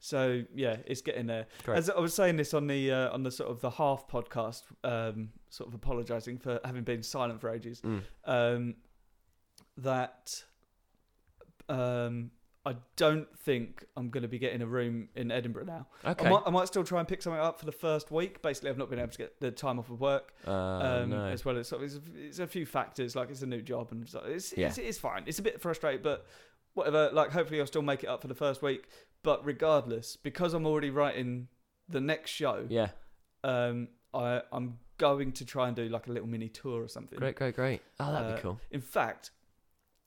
A: So yeah, it's getting there.
B: Great.
A: As I was saying this on the uh, on the sort of the half podcast, um, sort of apologising for having been silent for ages.
B: Mm.
A: Um, that um, I don't think I'm going to be getting a room in Edinburgh now.
B: Okay.
A: I, might, I might still try and pick something up for the first week. Basically, I've not been able to get the time off of work
B: Uh,
A: um,
B: no.
A: as well as sort of, it's, it's a few factors like it's a new job and so it's,
B: Yeah.
A: it's it's fine. It's a bit frustrating, but whatever. Like hopefully I'll still make it up for the first week. But regardless, because I'm already writing the next show,
B: Yeah.
A: um, I I'm going to try and do like a little mini tour or something.
B: Great, great, great. Oh, that'd be
A: Uh,
B: cool.
A: In fact.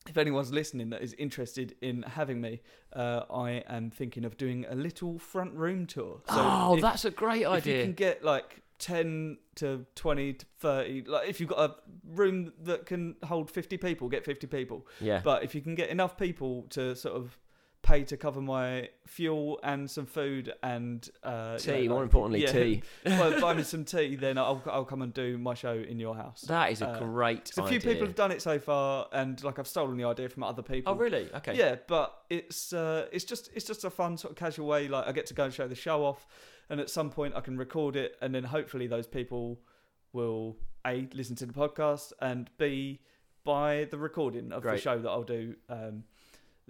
A: If anyone's listening that is interested in having me, uh, I am thinking of doing a little front room tour. So
B: oh,
A: if-
B: that's a great
A: if you can
B: idea.
A: get like 10 to 20 to 30 like if you've got a room that can hold 50 people get 50 people
B: Yeah.
A: but if you can get enough people to sort of pay to cover my fuel and some food and uh you
B: tea,
A: know,
B: more
A: like-
B: importantly,
A: yeah.
B: tea.
A: well, buy me some tea then I'll, I'll come and do my show in your house
B: That is a
A: Uh,
B: great
A: so a few
B: idea.
A: people have done it so far and like i've stolen the idea from other people
B: Oh, really? Okay.
A: yeah, but it's uh, it's just it's just a fun sort of casual way. Like I get to go and show the show off, and at some point I can record it, and then hopefully those people will a listen to the podcast and b buy the recording of the
B: Great.
A: show that I'll do. Um,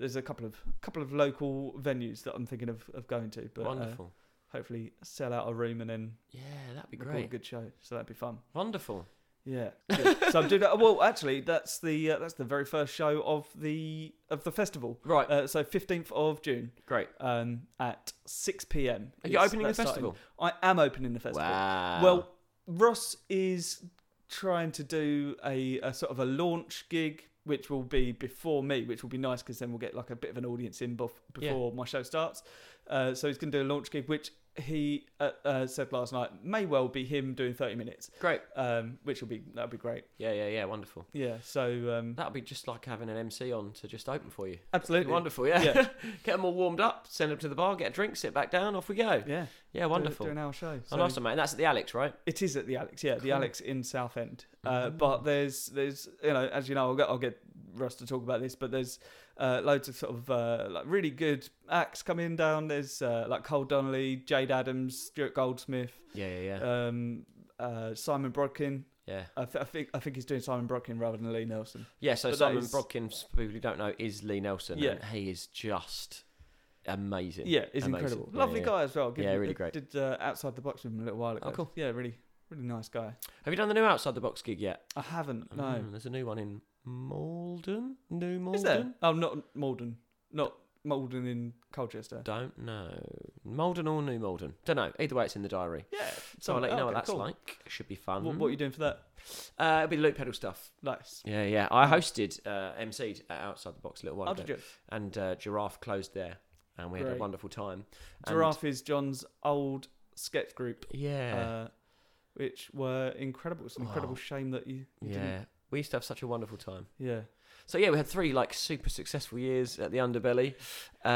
A: there's a couple of couple of local venues that I'm thinking of, of going to, but uh,
B: Wonderful.
A: hopefully sell out a room and then
B: yeah, that'd be
A: record a
B: great.
A: good show. So that'd be fun.
B: Wonderful.
A: Yeah. Good. so I'm doing that. Well, actually, that's the uh, that's the very first show of the of the festival.
B: Right.
A: Uh, so 15th of June
B: great.
A: um, at 6 p.m.
B: Are you
A: It's-
B: opening the
A: that's
B: festival?
A: starting. I am opening the festival.
B: Wow.
A: Well, Ross is trying to do a, a sort of a launch gig, which will be before me, which will be nice because then we'll get like a bit of an audience in bef-
B: Yeah.
A: before my show starts. Uh, so he's going to do a launch gig, which he uh, uh, said last night may well be him doing 30 minutes,
B: Great.
A: um, which will be that'll be great.
B: Yeah, yeah, yeah. Wonderful.
A: Yeah. So um,
B: That'd be just like having an MC on to just open for you. It'd be
A: absolutely
B: Wonderful, yeah.
A: Yeah.
B: get them all warmed up, send them to the bar, get a drink, sit back down, off we go.
A: Yeah.
B: Yeah, wonderful.
A: Do, do an hour show.
B: oh, nice one, mate. And that's at the Alex, right?
A: It is at the Alex, yeah,
B: Cool.
A: the Alex in Southend. Uh,
B: Mhm.
A: But there's there's you know as you know I'll get I'll get Russ to talk about this, but there's uh, loads of sort of uh, like really good acts coming down. There's uh, like Cole Donnelly, Jade Adams, Stuart Goldsmith,
B: Yeah, yeah, yeah.
A: um, uh, Simon Brodkin.
B: yeah.
A: I, th- I think I think he's doing Simon Brodkin rather than Lee Nelson.
B: Yeah, so
A: But that
B: Simon
A: is-
B: Brodkin, for people who don't know, is Lee Nelson.
A: Yeah.
B: And he is just amazing.
A: Yeah, it's
B: Amazing.
A: incredible.
B: Yeah,
A: Lovely
B: yeah.
A: guy as well. Give
B: Yeah,
A: me-
B: really
A: I
B: great.
A: Did uh, outside the box with him a little while ago.
B: Oh, cool.
A: Yeah, really, really nice guy.
B: Have you done the new Outside the Box gig yet?
A: I haven't. No.
B: Mm, there's a new one in Malden. New Malden?
A: Is there? Oh, not Malden. Not Malden in Colchester.
B: Don't know. Malden or New Malden? Don't know. Either way, it's in the diary.
A: Yeah.
B: So I'll let you know
A: Oh, okay,
B: what that's
A: cool. Mm-hmm.
B: like. It should be fun.
A: What, what are you doing for that?
B: Uh, it'll be loop pedal stuff.
A: Nice.
B: Yeah, yeah. I hosted uh, MC'd at Outside the Box a little while
A: How
B: ago,
A: Oh, did you?
B: and uh, Giraffe closed there, and we had a
A: Great.
B: wonderful time. And-
A: Giraffe is John's old sketch group,
B: Yeah,
A: uh, which were incredible. It's an incredible
B: Wow.
A: shame that you, you
B: yeah.
A: didn't.
B: We used to have such a wonderful time.
A: Yeah.
B: So yeah, we had three like super successful years at the Underbelly, uh,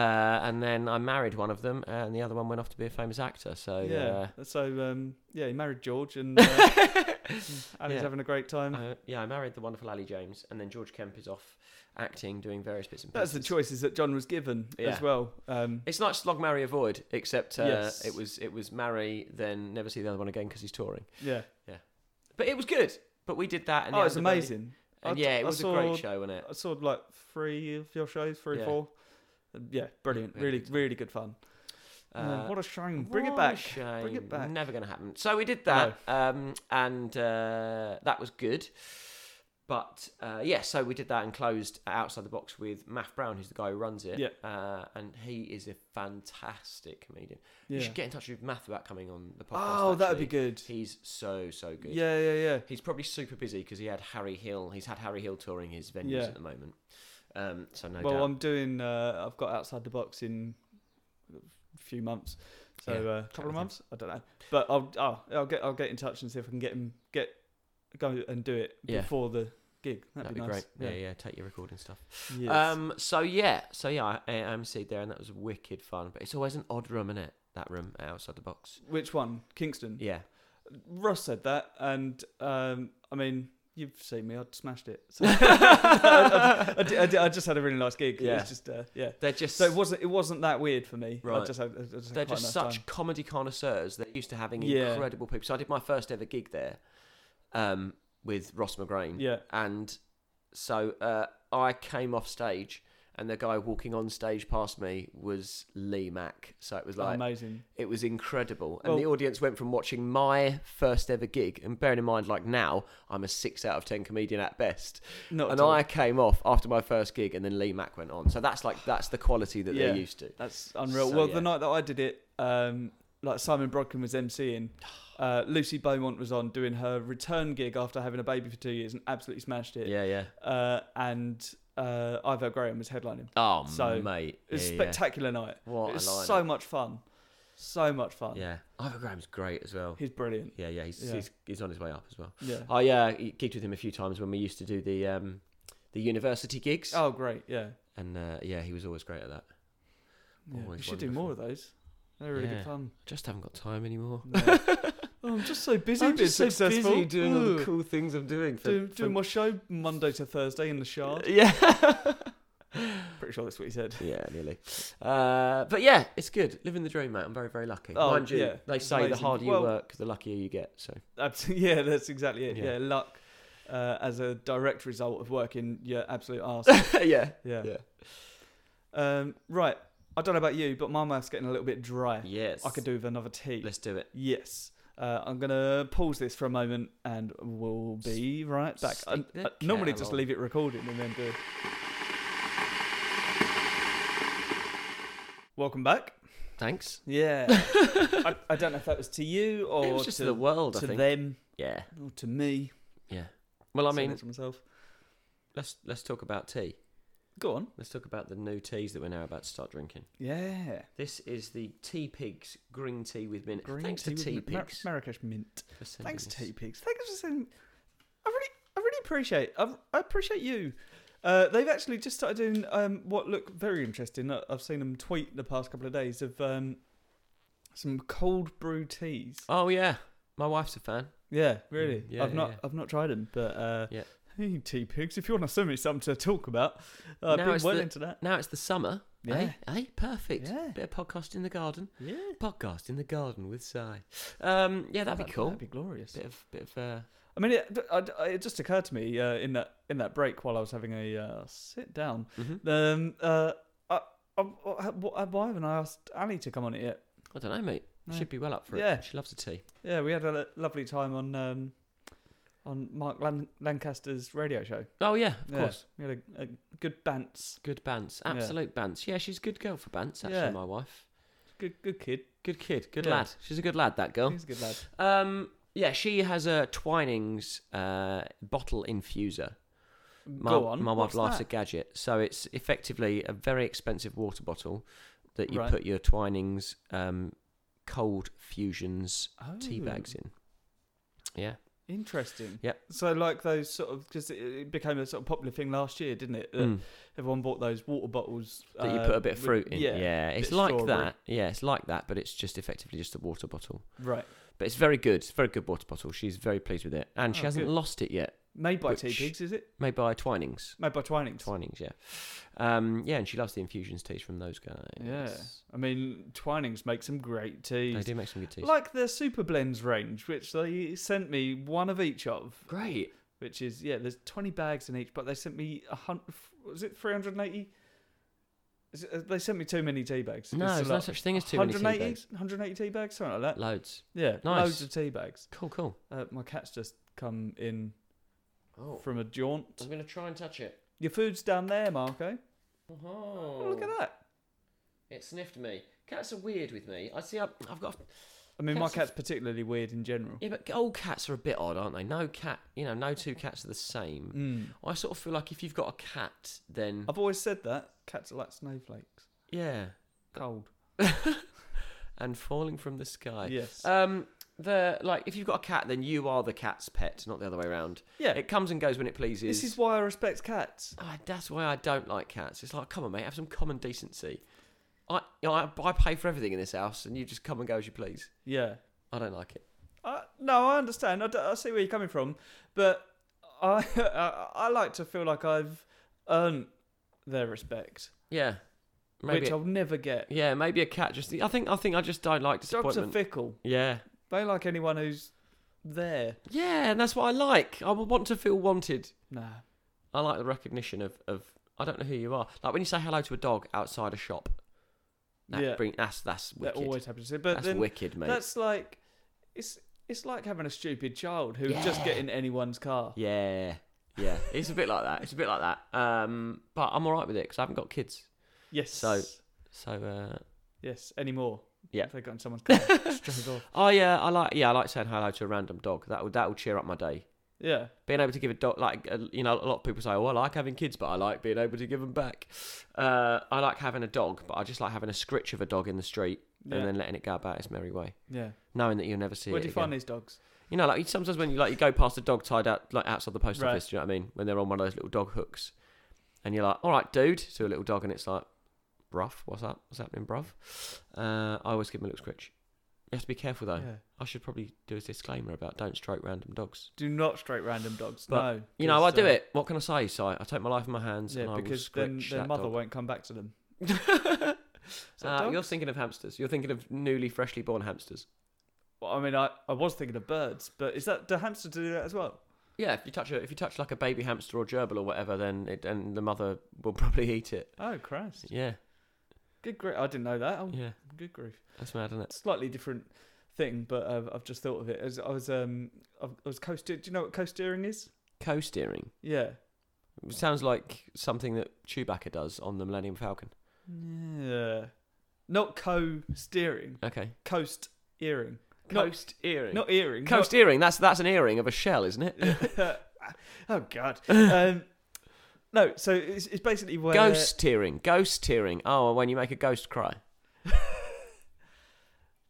B: and then I married one of them, and the other one went off to be a famous actor. So uh,
A: yeah.
B: yeah,
A: So, um, yeah, he married George and uh, and
B: Yeah.
A: he's having a great time.
B: I, yeah, I married the wonderful Ali James, and then George Kemp is off acting, doing various bits and pieces.
A: That's the choices that John was given
B: Yeah.
A: as well. Um,
B: It's like slog, marry, avoid, except uh,
A: Yes.
B: it was it was marry, then never see the other one again because he's touring.
A: yeah.
B: But it was good. But we did that. And
A: Oh,
B: the
A: it's
B: Underbelly-
A: amazing.
B: And
A: I-
B: yeah, it
A: I
B: was a
A: saw-
B: great show, wasn't it?
A: I saw uh, like three of your shows, three
B: Yeah.
A: or four. Yeah, brilliant.
B: we had a
A: Really,
B: good time.
A: really good fun. Uh,
B: Uh,
A: what a shame. Bring
B: what
A: it
B: a
A: back.
B: shame.
A: Bring it back.
B: Never going to happen. So we did that, um, and uh, that was good. But uh, yeah, so we did that and closed outside the box with Math Brown, who's the guy who runs it.
A: Yeah.
B: Uh, and he is a fantastic comedian.
A: Yeah.
B: You should get in touch with Math about coming on the podcast.
A: oh, that would be
B: actually.
A: good.
B: He's so so good.
A: Yeah, yeah, yeah.
B: He's probably super busy because he had Harry Hill. He's had Harry Hill touring his venues
A: Yeah.
B: at the moment. Um, so no
A: well,
B: doubt.
A: I'm doing. Uh, I've got outside the box in a few months, so
B: Yeah,
A: uh,
B: chat
A: couple of
B: with him.
A: months. I don't know, but I'll oh, I'll get I'll get in touch and see if I can get him get go and do it
B: Yeah.
A: before the gig. That'd,
B: That'd,
A: be,
B: be,
A: nice.
B: great. Yeah. yeah, take your recording stuff.
A: Yes.
B: Um, so yeah, so yeah, I, I emceed there, and that was wicked fun. But it's always an odd room, is it? That room outside the box.
A: Which one, Kingston?
B: Yeah,
A: Ross said that, and um, I mean, you've seen me. I smashed it. So I, I, did- I, did- I just had a really nice gig. Yeah.
B: Yeah.
A: It's just uh, yeah.
B: they're just
A: So it wasn't it wasn't that weird for me. I
B: Right.
A: just had, I just had
B: they're
A: quite a
B: just
A: nice
B: such
A: time.
B: comedy connoisseurs. They're used to having
A: Yeah.
B: incredible people. So I did my first ever gig there, um, with Ross McGrain.
A: Yeah.
B: and so uh, I came off stage, and the guy walking on stage past me was Lee Mack. So it was
A: Oh,
B: like
A: amazing.
B: it was incredible, and
A: Well-
B: the audience went from watching my first ever gig, and bearing in mind, like now I'm a six out of ten comedian at best,
A: Not
B: and
A: at all.
B: I came off after my first gig, and then Lee Mack went on. So that's like that's the quality that
A: Yeah.
B: they're used to.
A: That's unreal.
B: So,
A: well,
B: yeah.
A: the night that I did it, um, like Simon Brodkin was emceeing. Uh, Lucy Beaumont was on doing her return gig after having a baby for two years and absolutely smashed it.
B: Yeah, yeah.
A: Uh, and uh, Ivo Graham was headlining.
B: Oh,
A: So,
B: mate,
A: It was
B: yeah,
A: a
B: yeah.
A: spectacular night.
B: What
A: it was
B: a lineup.
A: so much fun. So much fun.
B: Yeah, Ivor Graham's great as well.
A: He's brilliant.
B: Yeah, yeah, he's
A: Yeah.
B: He's, he's on his way up as well.
A: Yeah.
B: I uh, gigged with him a few times when we used to do the um, the university gigs,
A: Oh, great. Yeah.
B: and uh, yeah, he was always great at that.
A: yeah.
B: Always
A: You should do more of those. They're really
B: Yeah.
A: good fun.
B: Just haven't got time anymore.
A: No. oh, I'm just so busy
B: I'm
A: being
B: just so
A: successful.
B: busy doing all the
A: Ugh.
B: cool things I'm doing. For,
A: Do-
B: for-
A: doing my show Monday to Thursday in the Shard.
B: yeah,
A: Pretty sure that's what he said.
B: yeah, nearly. Uh, but yeah, it's good living the dream, mate. I'm very, very lucky.
A: Oh,
B: Mind you,
A: yeah,
B: they
A: it's
B: say the
A: amazing.
B: harder you
A: Well-
B: work, the luckier you get. So
A: Abs- yeah, that's exactly it.
B: Yeah.
A: Yeah, luck uh, as a direct result of working your absolute arse.
B: yeah,
A: yeah.
B: yeah,
A: Um, right. I don't know about you, but my mouth's getting a little bit dry.
B: yes.
A: I could do with another tea.
B: Let's do it.
A: Yes. Uh, I'm going to pause this for a moment and we'll be right back.
B: Stick
A: I,
B: the
A: I normally just
B: kettle on.
A: leave it recording and then do. Welcome back.
B: Thanks.
A: Yeah. I, I don't know if that was to you or
B: it was just
A: to,
B: the world, I
A: to
B: think.
A: them
B: Yeah,
A: or to me.
B: yeah. Well, I
A: Saying
B: mean,
A: that to myself.
B: let's let's talk about tea.
A: Go on.
B: Let's talk about the new teas that we're now about to start drinking.
A: Yeah.
B: This is the Tea Pigs Green Tea with Mint.
A: Green
B: Thanks
A: tea
B: to
A: with
B: Tea
A: mint- Mar-
B: Pigs.
A: Marrakesh mint.
B: for sending
A: Thanks,
B: this.
A: Tea Pigs. Thanks for sending. I really, I really appreciate. I, I appreciate you. Uh, they've actually just started doing um, what look very interesting. I- I've seen them tweet the past couple of days of um, some cold brew teas.
B: Oh yeah, my wife's a fan.
A: Yeah, really.
B: Mm, yeah,
A: I've
B: yeah,
A: not,
B: yeah.
A: I've not tried them, but uh,
B: Yeah.
A: Hey, Tea Pigs, if you want to send me something to talk about, I've
B: Now
A: been
B: it's
A: well
B: the-
A: into that.
B: Now it's the summer.
A: Yeah.
B: Hey, hey, Eh? perfect.
A: Yeah.
B: Bit of podcast in the garden.
A: Yeah,
B: Podcast in the garden with Si. Um, yeah, that'd be cool.
A: That'd be glorious.
B: Bit of bit of. Uh,
A: I mean, it, I- I- it just occurred to me uh, in that in that break while I was having a uh, sit down.
B: mhm.
A: Um, uh, I, I, I, uh, why haven't I asked Ali to come on it yet?
B: I don't know, mate.
A: No.
B: She'd be well up for
A: Yeah.
B: it. She loves a tea.
A: Yeah, we had a lo- lovely time on um, on Mark Lan- Lancaster's radio show.
B: Oh yeah, of
A: Yeah,
B: course.
A: we had a, a good bants,
B: Good Bants,
A: Yeah.
B: absolute Bants. Yeah, she's a good girl for Bants. Actually,
A: Yeah.
B: my wife.
A: good good kid.
B: Good kid, good
A: Yeah.
B: lad. She's a good lad. That girl.
A: He's a good lad.
B: Um, yeah, she has a Twinings uh, bottle infuser. My,
A: Go on.
B: my wife
A: what's
B: likes a
A: that?
B: gadget, so it's effectively a very expensive water bottle that you
A: Right.
B: put your Twinings um, cold fusions tea
A: Oh,
B: bags in. Yeah,
A: Interesting.
B: Yep.
A: So like those sort of because it, it became a sort of popular thing last year, didn't it? That
B: Mm.
A: Everyone bought those water bottles
B: that you
A: uh,
B: put a bit of
A: with-
B: fruit in. Yeah,
A: Yeah.
B: it's
A: bit of
B: like
A: strawberry.
B: that. Yeah, it's like that, but it's just effectively just a water bottle.
A: Right.
B: But it's very good. It's a very good water bottle. She's very pleased with it, and she
A: Oh,
B: hasn't
A: good.
B: lost it yet.
A: Made by
B: Which-
A: Tea Pigs, is it?
B: Made by Twinings.
A: Made by Twinings.
B: Twinings, yeah. Um, yeah, and she loves the infusions teas from those guys.
A: Yeah. I mean, Twinings make some great
B: They
A: teas.
B: do make some good teas.
A: Like their Super Blends range, which they sent me one of each of,
B: Great.
A: which is yeah, there's 20 bags in each, but they sent me a hundred. Was it 380? Is it- uh, They sent me too many tea bags.
B: No,
A: It's a
B: there's no
A: lot.
B: such thing as too many tea
A: 180
B: bags.
A: 180 tea bags, something like that.
B: Loads.
A: Yeah,
B: Nice.
A: loads of tea bags.
B: Cool, cool.
A: Uh, my cat's just come in
B: Oh,
A: from a jaunt.
B: going to try and touch it.
A: Your food's down there, Marco.
B: Oh,
A: Oh, look at that.
B: It sniffed me. Cats are weird with me. I see. I've, I've got.
A: I mean,
B: Cats are-
A: my cat's particularly weird in general.
B: Yeah, but old cats are a bit odd, aren't they? No cat. You know, no two cats are the same.
A: Mm.
B: I sort of feel like if you've got a cat, then
A: I've always said that cats are like snowflakes,
B: yeah,
A: cold.
B: and falling from the sky.
A: Yes.
B: Um, the like, if you've got a cat, then you are the cat's pet, not the other way around.
A: yeah.
B: It comes and goes when it pleases.
A: this is why I respect cats.
B: Ah, that's why I don't like cats. It's like, come on, mate, have some common decency. I, you know, I, I pay for everything in this house, and you just come and go as you please.
A: Yeah.
B: I don't like it.
A: I, no, I understand. I, d- I see where you're coming from, but I, I I like to feel like I've earned their respect,
B: Yeah, maybe.
A: which I'll never get.
B: yeah, maybe a cat. Just, I think, I think I just don't like
A: Dogs are
B: disappointment.
A: fickle.
B: yeah,
A: They like anyone who's there.
B: yeah, and that's what I like. I would want to feel wanted.
A: Nah.
B: I like the recognition of, of I don't know who you are. Like when you say hello to a dog outside a shop. That
A: Yeah.
B: bring, that's that's
A: That
B: wicked.
A: always happens. to me. But
B: that's
A: then
B: wicked, mate.
A: that's like it's it's like having a stupid child who would just
B: Yeah.
A: get in anyone's car.
B: Yeah, yeah. It's a bit like that. It's a bit like that. Um, but I'm all right with it because I haven't got kids.
A: Yes.
B: So- So uh,
A: yes, anymore.
B: Yeah.
A: If they got in someone's car, just drove off.
B: I uh, I like yeah I like saying hello to a random dog. That would that will cheer up my day.
A: Yeah.
B: Being able to give a dog like uh, you know a lot of people say oh I like having kids but I like being able to give them back. Uh, I like having a dog but I just like having a scritch of a dog in the street
A: Yeah.
B: and then letting it go about its merry way,
A: yeah.
B: knowing that you'll never see
A: Where
B: it.
A: do you
B: again.
A: find these dogs?
B: You know, like sometimes when you like you go past a dog tied out like outside the post
A: Right.
B: office, do you know what I mean? When they're on one of those little dog hooks, and you're like, "All right, dude," to a little dog, and it's like, "Bruv, what's up? What's happening, bruv?" Uh, I always give them a little scritch. You have to be careful though.
A: Yeah.
B: I should probably do a disclaimer about don't stroke random dogs.
A: Do not straight random dogs.
B: But,
A: no.
B: You know, I
A: because,
B: do
A: uh,
B: it. What can I say? So I, I take my life in my hands,
A: Yeah,
B: and I
A: because
B: will
A: then
B: scritch
A: their
B: that
A: mother
B: dog.
A: won't come back to them. Is that
B: Uh,
A: dog?
B: you're thinking of hamsters. You're thinking of newly freshly born hamsters.
A: Well, I mean, I, I was thinking of birds, but is that do hamsters do that as well?
B: Yeah, if you touch a, if you touch like a baby hamster or gerbil or whatever, then it, and the mother will probably eat it.
A: Oh Christ!
B: Yeah,
A: Good grief! I didn't know that. Oh,
B: yeah.
A: Good grief!
B: That's mad, isn't it?
A: slightly different thing, but uh, I've just thought of it. As I was, um, I was co Do you know what co steering is?
B: Co-steering.
A: Yeah.
B: It sounds like something that Chewbacca does on the Millennium Falcon. Mm.
A: Yeah. Not co steering,
B: Okay.
A: coast earring, Not-
B: Coast earring.
A: not earring.
B: Coast earring. That's that's an earring of a shell, isn't it?
A: not- oh God. um, No, so it's, it's basically where
B: Ghost tearing, ghost tearing. Oh, when you make a ghost cry.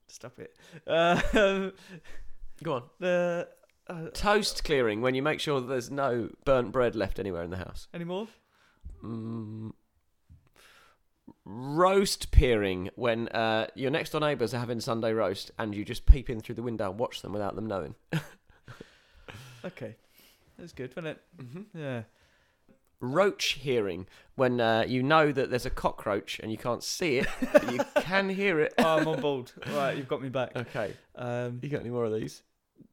A: Stop it. Um,
B: Go on.
A: the uh,
B: Toast clearing, when you make sure that there's no burnt bread left anywhere in the house.
A: any more?
B: Mm. Roast peering, when uh, your next door neighbours are having Sunday roast and you just peep in through the window and watch them without them knowing.
A: Okay, that's good, wasn't it?
B: Mm-hmm.
A: Yeah.
B: Roach hearing, when uh, you know that there's a cockroach and you can't see it, but you can hear it.
A: Oh, I'm on board. Right, you've got me back.
B: Okay.
A: Um,
B: You got any more of these?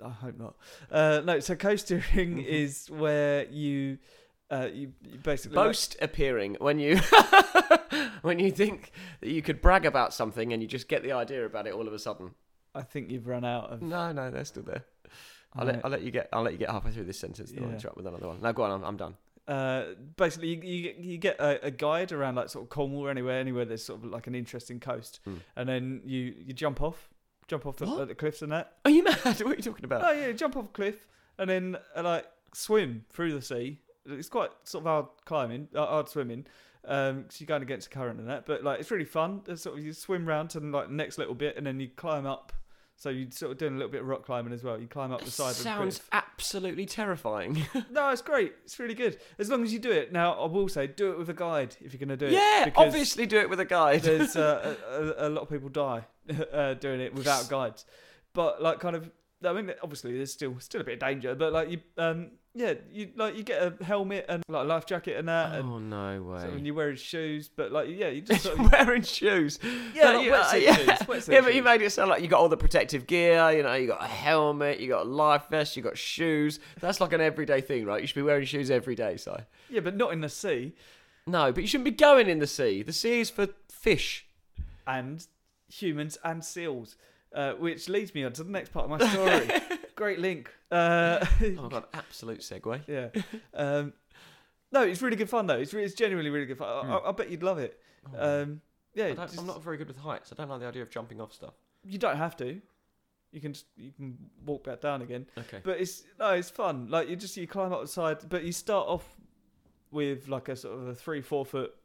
A: I hope not. Uh, no, so coastering
B: Mhm.
A: is where you, uh, you, you basically
B: Boast appearing when you when you think that you could brag about something and you just get the idea about it all of a sudden.
A: I think you've run out of.
B: No, no, they're still there. I'll,
A: Right.
B: let, I'll let you get I'll let you get halfway through this sentence. Then I'll
A: Yeah.
B: interrupt with another one. No, go on. I'm, I'm done.
A: Uh, basically, you, you, you get a, a guide around like sort of Cornwall or anywhere, anywhere there's sort of like an interesting coast,
B: Mm.
A: and then you you jump off, jump off the,
B: What? Uh.
A: uh, the cliffs and that.
B: Are you mad? What are you talking about?
A: Oh yeah, jump off a cliff and then uh, like swim through the sea. It's quite sort of hard climbing, uh, hard swimming, because you're going against the current and that. But like it's really fun. It's sort of you swim round to like the next little bit and then you climb up. So you're sort of doing a little bit of rock climbing as well. You climb up the side
B: Sounds
A: of
B: absolutely terrifying.
A: the cliff. No, it's great. It's really good as long as you do it. Now I will say, do it with a guide if you're going to do it.
B: yeah,
A: because
B: obviously do it with a guide.
A: There's uh, a, a, a lot of people die uh, doing it without guides, but like kind of. I mean, obviously, there's still still a bit of danger, but like you, um, yeah, you like you get a helmet and like a life jacket and that, and
B: Oh no
A: so when
B: way!
A: you wear his shoes, but like yeah, you just sort of,
B: Wearing shoes.
A: yeah,
B: No,
A: like
B: you- uh,
A: wetsuit
B: yeah.
A: shoes, wetsuit
B: yeah, but you
A: shoes.
B: made it sound like you got all the protective gear. You know, you got a helmet, you got a life vest, you got shoes. That's like an everyday thing, right? You should be wearing shoes every day, Si.
A: yeah, but not in the sea
B: No, but you shouldn't be going in the sea. The sea is for fish.
A: and humans and seals, uh, which leads me on to the next part of my story. Great link. Uh,
B: Oh my god, absolute segue.
A: yeah. Um, no, it's really good fun though. It's, re- it's genuinely really good fun. I, I, I bet you'd love it. Um, yeah,
B: Hmm. I don't,
A: just-
B: I'm not very good with heights. I don't like the idea of jumping off stuff.
A: you don't have to. You can just, you can walk back down again.
B: Okay.
A: But it's no, it's fun. Like you just you climb up the side, but you start off with like a sort of a three four foot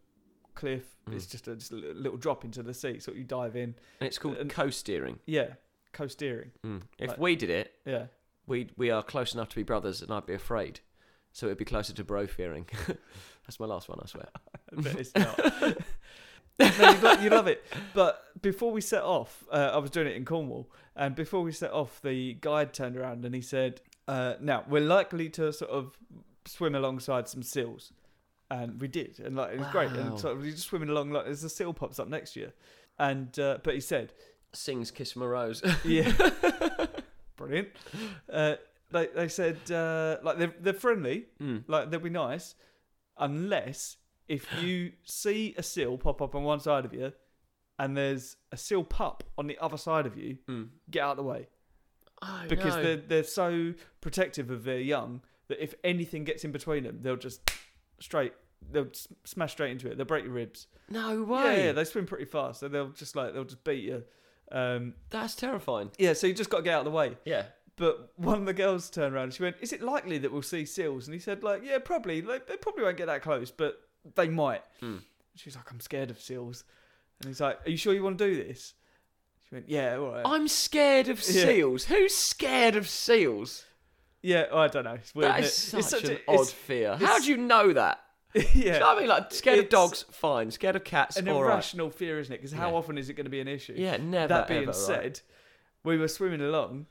A: cliff. It's
B: Mm.
A: just a, just a li- little drop into the sea. So you dive in.
B: and it's called
A: and- Mm.
B: co-steering.
A: Yeah, co-steering.
B: If
A: Right.
B: we did it,
A: Yeah.
B: we we are close enough to be brothers, and I'd be afraid. So it'd be closer to bro fearing. That's my last one, I swear.
A: but it's not. no, you'd, lo- you'd love it. But before we set off, uh, I was doing it in Cornwall, and before we set off, the guide turned around and he said, uh, "Now we're likely to sort of swim alongside some seals." And we did, and like it was great.
B: Wow.
A: And sort of you're just swimming along, like there's a seal pops up next to you, and uh, but he said,
B: Sings "Kiss from a Rose."
A: yeah. Brilliant. Uh, they, they said, uh, like, they're, they're friendly,
B: Mm.
A: like, they'll be nice, unless if you see a seal pop up on one side of you and there's a seal pup on the other side of you,
B: Mm.
A: get out of the way.
B: Oh,
A: Because
B: no.
A: they're, they're so protective of their young that if anything gets in between them, they'll just straight, they'll s- smash straight into it. They'll break your ribs.
B: no
A: Yeah,
B: way.
A: yeah, they swim pretty fast. So they'll just, like, they'll just beat you. Um,
B: That's terrifying.
A: yeah, so you just got to get out of the way.
B: Yeah.
A: But one of the girls turned around and she went, Is it likely that we'll see seals? And he said, like, yeah, probably. Like, they probably won't get that close, but they might.
B: Hmm.
A: She was like, I'm scared of seals. And he's like, Are you sure you want to do this? She went, Yeah, all right.
B: I'm scared of
A: Yeah.
B: seals. Who's scared of seals?
A: yeah, I don't know. It's weird.
B: That is
A: isn't
B: such,
A: it? It's
B: an
A: a-
B: odd fear. How
A: it's-
B: do you know that?
A: it's-
B: Do
A: yeah.
B: you know what I mean? Like, scared of
A: It's
B: dogs, fine. Scared of cats,
A: an
B: all right.
A: irrational fear, isn't it? Because how
B: Yeah.
A: often is it going to be an issue?
B: Yeah, never.
A: that being
B: ever, right.
A: said, we were swimming along,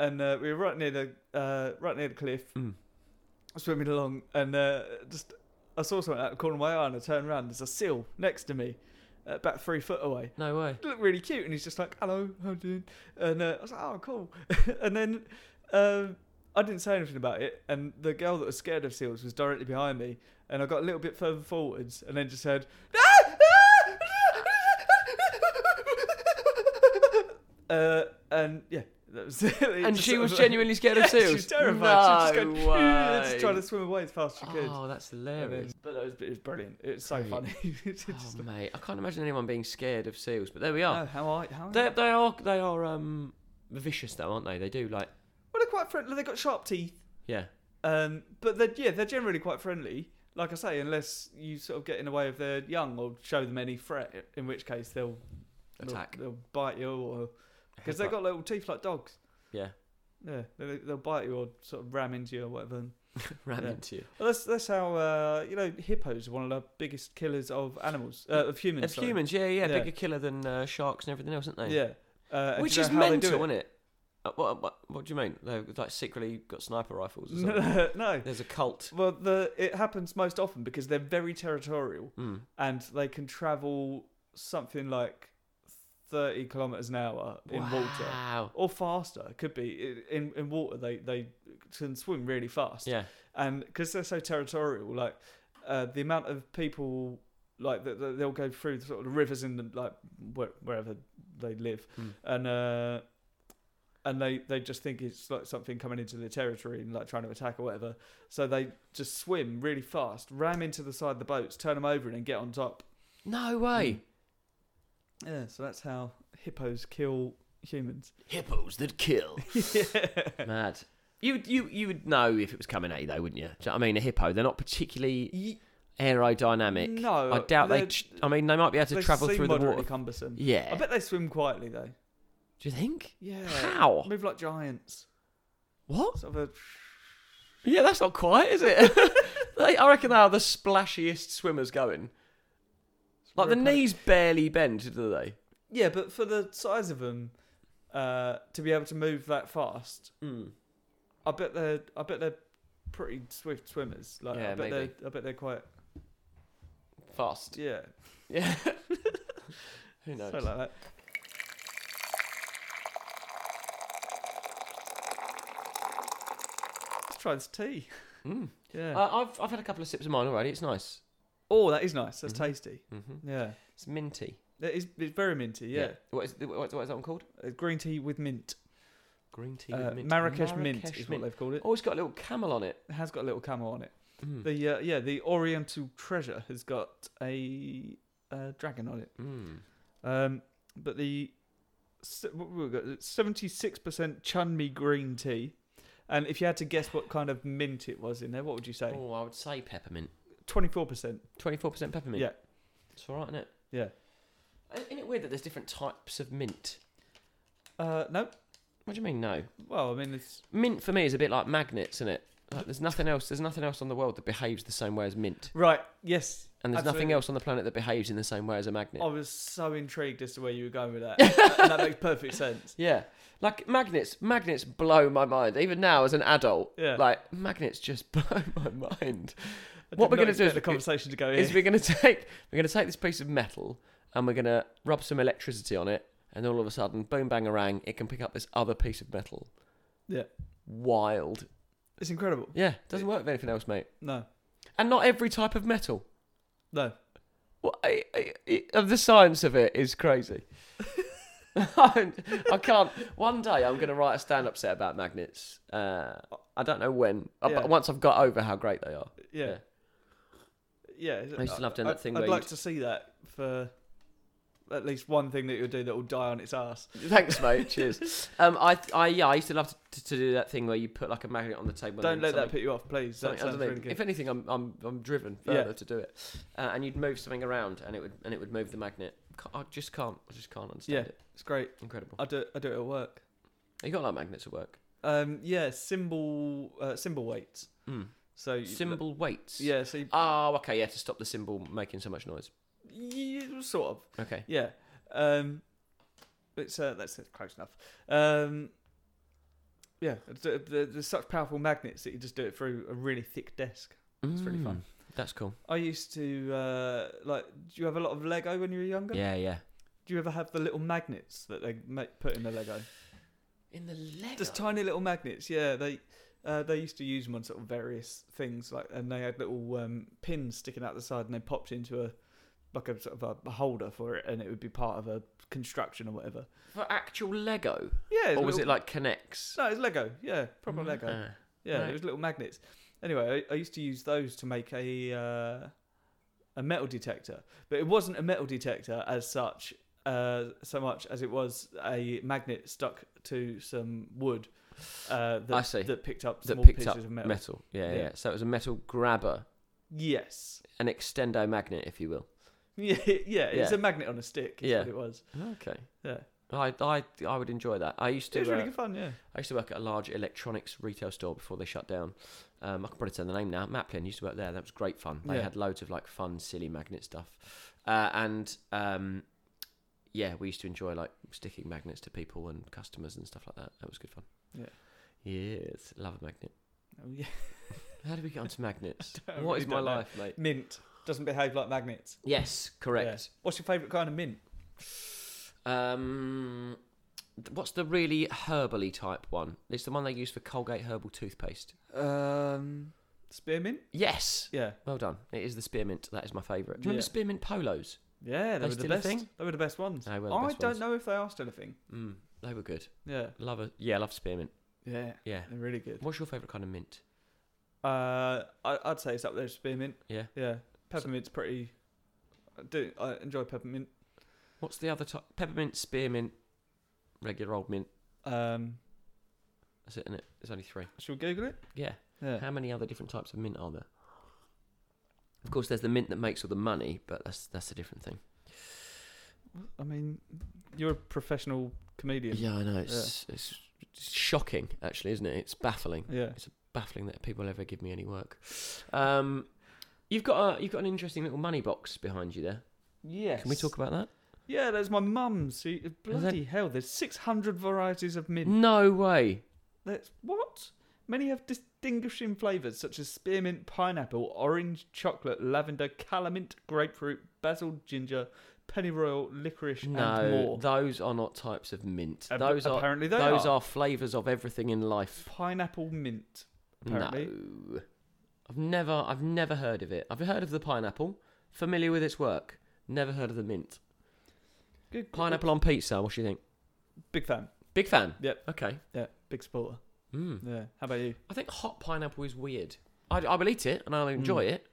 A: and uh, we were right near the uh, right near the cliff,
B: Mm.
A: swimming along, and uh, just I saw something out of the corner of my eye, and I turned around. There's a seal next to me, uh, about three foot away.
B: no way.
A: It looked really cute, and he's just like, "Hello, how you doing?" And uh, I was like, "Oh, cool." and then um, I didn't say anything about it, and the girl that was scared of seals was directly behind me, and I got a little bit further forwards, and then just heard, "Ah! Ah!" uh, and yeah, that was it. It
B: And
A: just
B: she
A: sort
B: was
A: of-
B: genuinely scared
A: yeah,
B: of seals.
A: She was terrified. she was
B: No
A: just going, "Ugh," just
B: way.
A: trying to swim away as fast as she could.
B: Oh, that's
A: And
B: hilarious.
A: then- But that was, it was brilliant. It was so
B: Great.
A: funny. It's just
B: Oh,
A: like,
B: mate, I can't imagine anyone being scared of seals. But there we are.
A: "No, how are how are
B: They
A: you?"
B: they are they are um vicious though, aren't they? They do like
A: Well, they're quite friendly. They've got sharp teeth.
B: yeah.
A: Um, but they're, yeah, they're generally quite friendly. Like I say, unless you sort of get in the way of their young or show them any threat, in which case they'll they'll-
B: Attack.
A: They'll, bite you, or because they've
B: Headbutt.
A: got little teeth like dogs.
B: yeah,
A: Yeah, they, they'll bite you or sort of ram into you or whatever. And-
B: ram
A: Yeah.
B: into you.
A: Well, that's that's how uh, you know hippos are one of the biggest killers of animals uh, of humans.
B: Of
A: sorry.
B: humans, yeah, yeah,
A: Yeah.
B: bigger killer than uh, sharks and everything else, aren't they?
A: Yeah. Uh, and do
B: which
A: you know
B: is
A: how they
B: mental,
A: do
B: isn't it? Uh, what, what, what do you mean? They've like secretly got sniper rifles or something.
A: No, no.
B: There's a cult.
A: Well, the it happens most often because they're very territorial
B: Mm.
A: and they can travel something like thirty kilometers an hour in water
B: Wow.
A: or faster. It Could be in in water they they can swim really fast.
B: Yeah.
A: and because they're so territorial, like uh, the amount of people like that that they'll go through the, sort of the rivers in the, like where, wherever they live,
B: Mm.
A: and uh, and they they just think it's like something coming into their territory and like trying to attack or whatever. So they just swim really fast, ram into the side of the boats, turn them over, and then get on top.
B: No
A: Mm.
B: way.
A: Yeah, so that's how hippos kill humans.
B: Hippos that kill. Mad. You you you would know if it was coming at you though, wouldn't you? Do you know what I mean, a hippo. They're not particularly aerodynamic.
A: No,
B: I doubt they.
A: they're-
B: ch- I mean, they might be able to
A: they
B: travel
A: seem
B: through the
A: moderately
B: water.
A: Cumbersome.
B: Yeah.
A: I bet they swim quietly though.
B: Do you think?
A: Yeah.
B: How?
A: Move like giants.
B: What?
A: Sort of a
B: Yeah, that's not quiet, is it? They- I reckon they are the splashiest swimmers going. Like the
A: Rip-
B: knees barely bend, do they?
A: Yeah, but for the size of them, uh, to be able to move that fast,
B: Mm.
A: I bet they're I bet they're pretty swift swimmers. Like I
B: Yeah,
A: bet
B: maybe.
A: they're I bet they're quite
B: Fast.
A: yeah.
B: Yeah. Who knows?
A: So like that. Let's try this tea.
B: Mm.
A: Yeah.
B: Uh, I've I've had a couple of sips of mine already. It's nice.
A: oh, that is nice. That's
B: Mhm.
A: tasty.
B: Mm-hmm.
A: Yeah.
B: It's minty.
A: It is, it's very minty, yeah.
B: What is what, what is that one called?
A: Uh, Green tea with mint.
B: Green tea
A: Uh,
B: with mint.
A: Marrakesh, mint is what
B: mint.
A: they've called it.
B: Oh, it's got a little camel on it.
A: It has got a little camel on it.
B: Mm.
A: The uh, yeah, the Oriental Treasure has got a, uh dragon on it.
B: Mm.
A: Um, but the se- what we got seventy six percent Chunmi green tea. And if you had to guess what kind of mint it was in there, what would you say?
B: Oh, I would say peppermint.
A: Twenty four percent.
B: Twenty-four percent peppermint.
A: Yeah.
B: it's all right, isn't it?
A: Yeah.
B: Isn't it weird that there's different types of mint?
A: Uh, no.
B: What do you mean? No,
A: Well, I mean, it's
B: mint for me is a bit like magnets, isn't it? Like, there's nothing else. There's nothing else on the world that behaves the same way as mint,
A: right. Yes,
B: and there's nothing
A: Absolutely. Oh.
B: else on the planet that behaves in the same way as a magnet.
A: I was so intrigued as to where you were going with that. and that makes perfect sense.
B: Yeah, like magnets. Magnets blow my mind. Even now, as an adult,
A: Yeah.
B: like magnets just blow my mind.
A: I
B: What
A: did not
B: we're gonna do
A: expect
B: is-
A: the conversation to go
B: is
A: here.
B: we're gonna take we're gonna take this piece of metal and we're gonna rub some electricity on it, and all of a sudden, boom bang orang, it can pick up this other piece of metal.
A: Yeah.
B: Wild.
A: It's incredible.
B: Yeah, doesn't work with anything else, mate.
A: No,
B: And not every type of metal.
A: no.
B: Well, I, I, I- of the science of it is crazy. I can't. One day I'm going to write a stand-up set about magnets. Uh, I don't know when. Uh,
A: Yeah.
B: But once I've got over how great they are.
A: Yeah. Yeah.
B: I used to love doing that thing
A: I'd
B: where
A: like
B: you'd-
A: to see that for at least one thing that you'll do that will die on its ass.
B: Thanks, mate. Cheers. Um, I, I, yeah, I used to love to, to do that thing where you put like a magnet on the table.
A: Don't
B: and
A: let that
B: something-
A: put you off, please. That
B: something
A: sounds
B: underneath.
A: really good.
B: If anything, I'm, I'm, I'm driven
A: Yeah.
B: further to do it. Uh, and you'd move something around, and it would, and it would move the magnet. Ca- I just can't. I just can't understand
A: Yeah.
B: it.
A: It's great.
B: Incredible.
A: I do. I do it at work.
B: You got like magnets at work.
A: Um, yeah, symbol uh, symbol weights.
B: Mm.
A: So you-
B: Symbol weights.
A: Yeah. So you,
B: Oh, okay, yeah, to stop the cymbal making so much noise.
A: you- sort of.
B: Okay.
A: Yeah. Um, it's uh, that's close enough. Um, yeah. th- th- There's such powerful magnets that you just do it through a really thick desk. It's really fun.
B: That's cool.
A: I used to uh, like. Do you have a lot of Lego when you were younger?
B: Yeah, yeah.
A: Do you ever have the little magnets that they make, put in the Lego?
B: In the leg.
A: Just tiny little magnets. Yeah, they uh, they used to use them on sort of various things, like and they had little um, pins sticking out the side, and they popped into a like a sort of a, a holder for it, and it would be part of a construction or whatever.
B: For actual Lego.
A: Yeah,
B: Or was
A: little-
B: it Mm. like Connects?
A: No, it's Lego. Yeah, proper Lego. Yeah,
B: Right.
A: it was little magnets. Anyway, I, I used to use those to make a uh, a metal detector, but it wasn't a metal detector as such, uh, so much as it was a magnet stuck to some wood. Uh, that,
B: I see.
A: That picked up
B: that
A: small
B: picked
A: pieces
B: up
A: of
B: Ah, metal.
A: metal.
B: Yeah, yeah,
A: Yeah.
B: yeah. So it was a metal grabber
A: Yes.
B: an extendo magnet, if you will.
A: Yeah, yeah, It's
B: Yeah.
A: a magnet on a stick. Is
B: Yeah.
A: what it was.
B: Okay.
A: Yeah,
B: I, I, I would enjoy that. I used
A: it
B: to
A: was really
B: uh,
A: good fun. Yeah.
B: I used to work at a large electronics retail store before they shut down. Um, I can probably say the name now. Maplin used to work there. That was great fun. They
A: Yeah.
B: had loads of like fun, silly magnet stuff, uh, and um, yeah, we used to enjoy like sticking magnets to people and customers and stuff like that. That was good fun.
A: Yeah.
B: Yes, love a magnet.
A: Oh, yeah.
B: How do we get onto magnets?
A: I
B: what is
A: really don't
B: my
A: know.
B: life, mate?
A: Mint doesn't behave like magnets.
B: Yes,
A: Yeah.
B: correct.
A: What's your favourite kind of mint?
B: Um, th- what's the really herbally type one? It's the one they use for Colgate herbal toothpaste.
A: Um, spearmint.
B: Yes,
A: Yeah.
B: Well done. It is the spearmint. That is my favourite. Do you
A: Yeah.
B: remember spearmint polos?
A: Yeah, they
B: They
A: were the
B: still a
A: best.
B: thing?
A: They were the best ones.
B: They were the
A: I
B: best
A: don't
B: ones.
A: know if they are still a thing.
B: Mm, they were good.
A: Yeah.
B: Love a yeah, love spearmint.
A: Yeah.
B: Yeah.
A: They're really good.
B: What's your favourite kind of mint?
A: Uh, I, I'd say it's up there with spearmint.
B: Yeah.
A: Yeah. Peppermint's pretty. I do I enjoy peppermint?
B: What's the other type? Peppermint, spearmint, regular old mint.
A: Um,
B: That's it, isn't it? There's only three.
A: shall we Google it?
B: Yeah.
A: Yeah.
B: How many other different types of mint are there? Of course, there's the mint that makes all the money, but that's that's a different thing.
A: I mean, you're a professional comedian.
B: Yeah, I know. It's it's, it's shocking, actually, isn't it? It's baffling.
A: Yeah.
B: Baffling that people ever give me any work. Um, you've got a you've got an interesting little money box behind you there.
A: Yes.
B: Can we talk about that?
A: Yeah, there's my mum's. See, Bloody hell, there's 600 varieties of mint.
B: No way.
A: That's what? Many have distinguishing flavours such as spearmint, pineapple, orange, chocolate, lavender, calamint, grapefruit, basil, ginger, pennyroyal, licorice, and
B: No,
A: more.
B: those are not types of mint.
A: Ap-
B: those are
A: apparently they
B: those
A: are.
B: are flavors of everything in life.
A: pineapple mint. Apparently,
B: No, I've never I've never heard of it. I've heard of the pineapple, familiar with its work. Never heard of the mint.
A: Good-
B: Pineapple on pizza. What do you think?
A: Big fan.
B: Big fan.
A: Yep.
B: Okay.
A: Yeah, big supporter.
B: Mm.
A: Yeah. How about you?
B: I think hot pineapple is weird. I, I will eat it and I'll
A: Mm.
B: enjoy it,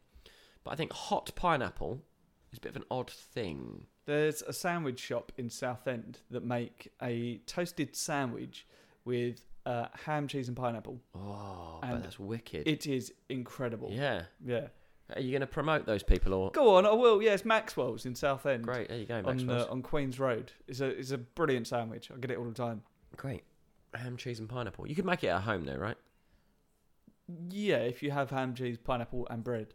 B: but I think hot pineapple is a bit of an odd thing.
A: There's a sandwich shop in Southend that make a toasted sandwich with uh, ham, cheese, and pineapple.
B: Oh,
A: And
B: but that's wicked.
A: It is incredible.
B: yeah.
A: Yeah.
B: Are you going to promote those people or?
A: Go on, I will. Yeah, it's Maxwell's in Southend.
B: Great. There you go,
A: On,
B: Maxwell's.
A: uh, on Queen's Road. It's a, it's a brilliant sandwich. I get it all the time.
B: Great. Ham, cheese, and pineapple. You could make it at home, though, right?
A: Yeah, if you have ham, cheese, pineapple, and bread.